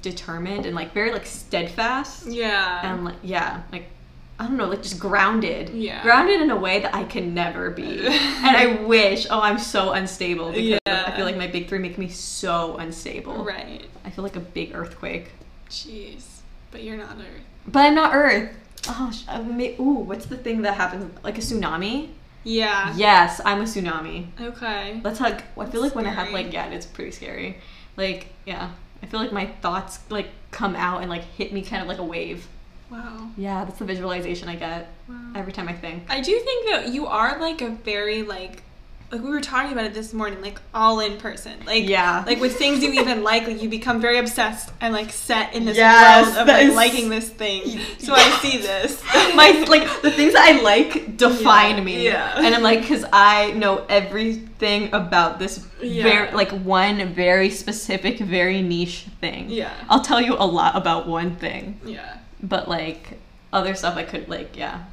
Speaker 1: determined and like very like steadfast.
Speaker 2: Yeah.
Speaker 1: And like yeah, like I don't know, like just grounded.
Speaker 2: Yeah.
Speaker 1: Grounded in a way that I can never be. and I wish. Oh, I'm so unstable because
Speaker 2: Yeah.
Speaker 1: I feel like my big three make me so unstable.
Speaker 2: right.
Speaker 1: I feel like a big earthquake.
Speaker 2: Jeez. But you're not Earth.
Speaker 1: But I'm not Earth. Oh, sh- I ma- ooh, what's the thing that happens? Like a tsunami?
Speaker 2: Yeah.
Speaker 1: Yes, I'm a tsunami.
Speaker 2: Okay.
Speaker 1: That's how. I feel like when I have
Speaker 2: Scary.
Speaker 1: like yeah, it's pretty scary. Like yeah, I feel like my thoughts like come out and like hit me kind of like a wave.
Speaker 2: Wow.
Speaker 1: Yeah, that's the visualization I get
Speaker 2: Wow.
Speaker 1: every time I think.
Speaker 2: I do think that you are like a very like like we were talking about it this morning, like all in person. Like
Speaker 1: Yeah.
Speaker 2: like with things you even like, like you become very obsessed and like set in this
Speaker 1: Yes,
Speaker 2: world of
Speaker 1: that
Speaker 2: like
Speaker 1: is-
Speaker 2: liking this thing. So I see this.
Speaker 1: my like the things that I like define
Speaker 2: Yeah,
Speaker 1: me.
Speaker 2: yeah.
Speaker 1: And I'm like, because I know everything about this
Speaker 2: Yeah.
Speaker 1: very like one very specific, very niche thing.
Speaker 2: Yeah.
Speaker 1: I'll tell you a lot about one thing,
Speaker 2: Yeah.
Speaker 1: but like other stuff I could like yeah.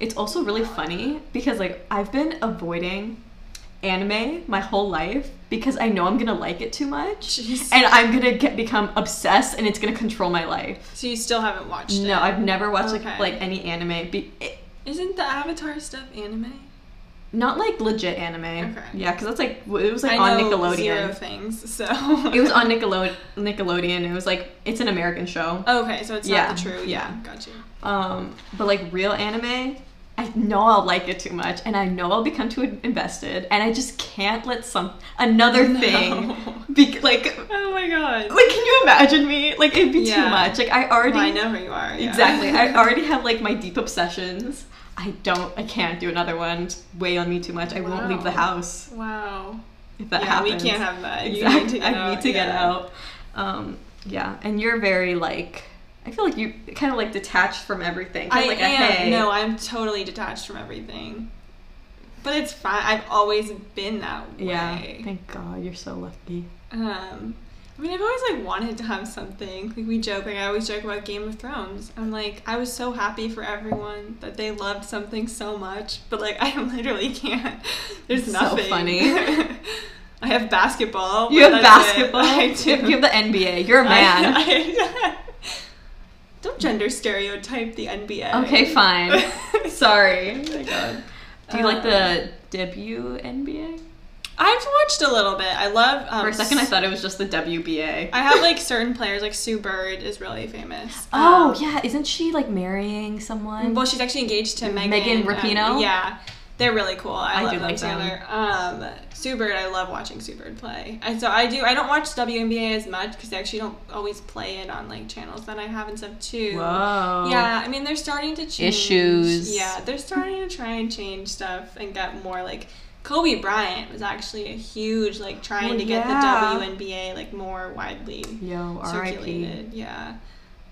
Speaker 1: It's also really funny because like I've been avoiding anime my whole life because I know I'm gonna like it too much
Speaker 2: Jeez.
Speaker 1: and I'm gonna get become obsessed and it's gonna control my life.
Speaker 2: So you still haven't watched it.
Speaker 1: No, I've never watched
Speaker 2: Okay.
Speaker 1: like, like any anime. Be- it,
Speaker 2: Isn't the Avatar stuff anime?
Speaker 1: not like legit anime.
Speaker 2: Okay.
Speaker 1: Yeah, because that's like w- it was like
Speaker 2: I
Speaker 1: on
Speaker 2: know
Speaker 1: Nickelodeon.
Speaker 2: Zero things, so
Speaker 1: It was on Nickelode- Nickelodeon. It was like it's an American show.
Speaker 2: Okay, so it's
Speaker 1: Yeah,
Speaker 2: not the true.
Speaker 1: yeah.
Speaker 2: Yeah, got you.
Speaker 1: Um, but like real anime, I know I'll like it too much, and I know I'll become too invested, and I just can't let some another thing be like.
Speaker 2: Oh my god.
Speaker 1: Like, can you imagine me? Like, it'd be too
Speaker 2: Yeah.
Speaker 1: much. Like, I already
Speaker 2: Well, I know who you are. yeah.
Speaker 1: Exactly. I already have like my deep obsessions. I don't. I can't do another one. It's Weigh on me too much. I won't leave the
Speaker 2: Wow.
Speaker 1: house
Speaker 2: Wow.
Speaker 1: if that
Speaker 2: yeah,
Speaker 1: happens.
Speaker 2: we can't have that. You
Speaker 1: Exactly.
Speaker 2: need to get
Speaker 1: I
Speaker 2: out.
Speaker 1: need to get
Speaker 2: yeah.
Speaker 1: out. Um, yeah, and you're very like I feel like you kind of like detached from everything. Kinda
Speaker 2: I
Speaker 1: like a
Speaker 2: am.
Speaker 1: hey.
Speaker 2: No, I'm totally detached from everything. But it's fine. I've always been that way.
Speaker 1: Yeah. Thank God you're so lucky.
Speaker 2: Um, I mean, I've always like wanted to have something. Like we joke, like I always joke about Game of Thrones. I'm like, I was so happy for everyone that they loved something so much, but like I literally can't. There's
Speaker 1: So
Speaker 2: nothing.
Speaker 1: funny.
Speaker 2: I have basketball.
Speaker 1: You
Speaker 2: but
Speaker 1: have
Speaker 2: Oh, that's it.
Speaker 1: basketball.
Speaker 2: I do.
Speaker 1: You have the NBA. You're a
Speaker 2: I-
Speaker 1: man.
Speaker 2: I- don't gender stereotype the NBA.
Speaker 1: Okay, fine. Sorry.
Speaker 2: Oh my God.
Speaker 1: Do you like
Speaker 2: Um,
Speaker 1: the WNBA?
Speaker 2: I've watched a little bit. I love. Um,
Speaker 1: For a second, I thought it was just the WBA.
Speaker 2: I have like certain players, like Sue Bird is really famous.
Speaker 1: Oh
Speaker 2: Um,
Speaker 1: yeah, isn't she like marrying someone?
Speaker 2: Well, she's actually engaged to Megan.
Speaker 1: Megan
Speaker 2: um,
Speaker 1: Rapinoe?
Speaker 2: yeah, they're really cool. I,
Speaker 1: I
Speaker 2: love
Speaker 1: do
Speaker 2: them
Speaker 1: like them.
Speaker 2: together. Um, Sue Bird, I love watching Sue Bird play, and so I do. I don't watch WNBA as much because they actually don't always play it on like channels that I have and stuff too.
Speaker 1: Whoa.
Speaker 2: Yeah, I mean they're starting to change
Speaker 1: Issues.
Speaker 2: Yeah, they're starting to try and change stuff and get more like Kobe Bryant was actually a huge like trying
Speaker 1: Well,
Speaker 2: to
Speaker 1: yeah.
Speaker 2: get the WNBA like more widely
Speaker 1: Yo, R.I.P.
Speaker 2: circulated. Yeah.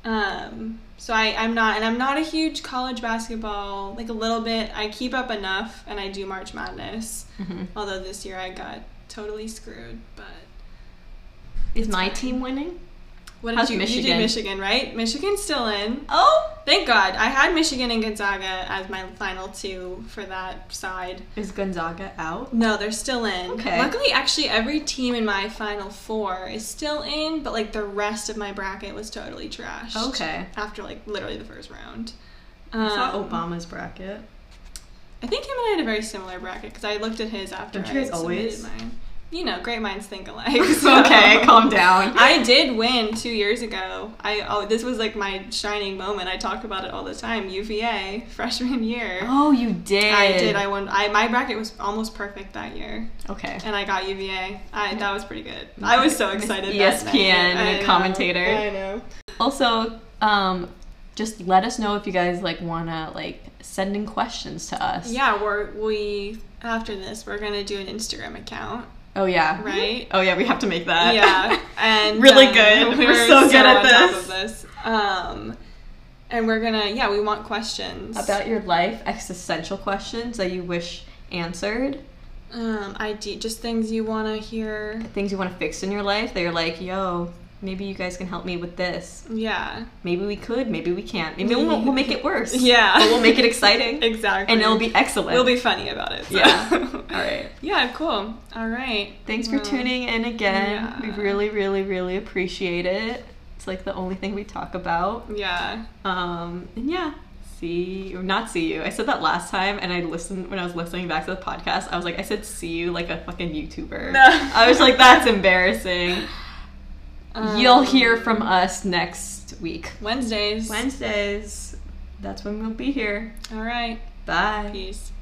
Speaker 2: Um, so I, I'm not, and I'm not a huge college basketball, like a little bit. I keep up enough, and I do March Madness.
Speaker 1: Mhm.
Speaker 2: Although this year I got totally screwed. But
Speaker 1: Is my team winning?
Speaker 2: what did
Speaker 1: How's
Speaker 2: you? You
Speaker 1: Michigan?
Speaker 2: did Michigan, right? Michigan's still in.
Speaker 1: Oh,
Speaker 2: Thank God. I had Michigan and Gonzaga as my final two for that side.
Speaker 1: is Gonzaga out?
Speaker 2: No, they're still in.
Speaker 1: Okay.
Speaker 2: Luckily, actually, every team in my final four is still in, but like the rest of my bracket was totally trashed.
Speaker 1: Okay.
Speaker 2: after like literally the first round.
Speaker 1: I saw
Speaker 2: Um,
Speaker 1: Obama's bracket.
Speaker 2: I think him and I had a very similar bracket because I looked at his after
Speaker 1: Don't you guys
Speaker 2: I submitted
Speaker 1: always?
Speaker 2: mine. You know, great minds think alike. so-
Speaker 1: okay, calm down.
Speaker 2: I did win two years ago. I oh, this was like my shining moment. I talk about it all the time. UVA freshman year.
Speaker 1: oh, you did.
Speaker 2: I did. I won. I my bracket was almost perfect that year,
Speaker 1: okay.
Speaker 2: and I got UVA. I that was pretty good. I was so excited.
Speaker 1: Miss
Speaker 2: that night.
Speaker 1: ESPN
Speaker 2: I know,
Speaker 1: commentator.
Speaker 2: I know.
Speaker 1: Also, um, just let us know if you guys like wanna like send in questions to us.
Speaker 2: Yeah, we're we after this we're gonna do an Instagram account,
Speaker 1: Oh yeah.
Speaker 2: right?
Speaker 1: Oh yeah, we have to make that.
Speaker 2: yeah, and uh,
Speaker 1: Really good. We're so good at
Speaker 2: on top of
Speaker 1: this.
Speaker 2: this. Um, and we're gonna yeah, we want questions
Speaker 1: About your life, existential questions that you wish answered,
Speaker 2: um ID, just things you want to hear.
Speaker 1: things you want to fix in your life that you're like, yo, maybe you guys can help me with this.
Speaker 2: Yeah,
Speaker 1: Maybe we could, maybe we can't. Maybe we'll, we'll make it worse.
Speaker 2: yeah,
Speaker 1: But we'll make it exciting.
Speaker 2: exactly,
Speaker 1: And it'll be excellent.
Speaker 2: we'll be funny about it. so.
Speaker 1: Yeah. All right.
Speaker 2: yeah, cool. All right,
Speaker 1: Thanks for
Speaker 2: Well,
Speaker 1: tuning in again.
Speaker 2: yeah.
Speaker 1: We really, really, really appreciate it. It's like the only thing we talk about.
Speaker 2: Yeah,
Speaker 1: Um, and yeah, see you, not see you. I said that last time, and I listened when I was listening back to the podcast. I was like, I said see you like a fucking YouTuber.
Speaker 2: No.
Speaker 1: I was like, that's embarrassing.
Speaker 2: Um,
Speaker 1: You'll hear from us next week.
Speaker 2: Wednesdays.
Speaker 1: Wednesdays. That's when we'll be here.
Speaker 2: All right.
Speaker 1: Bye.
Speaker 2: Peace.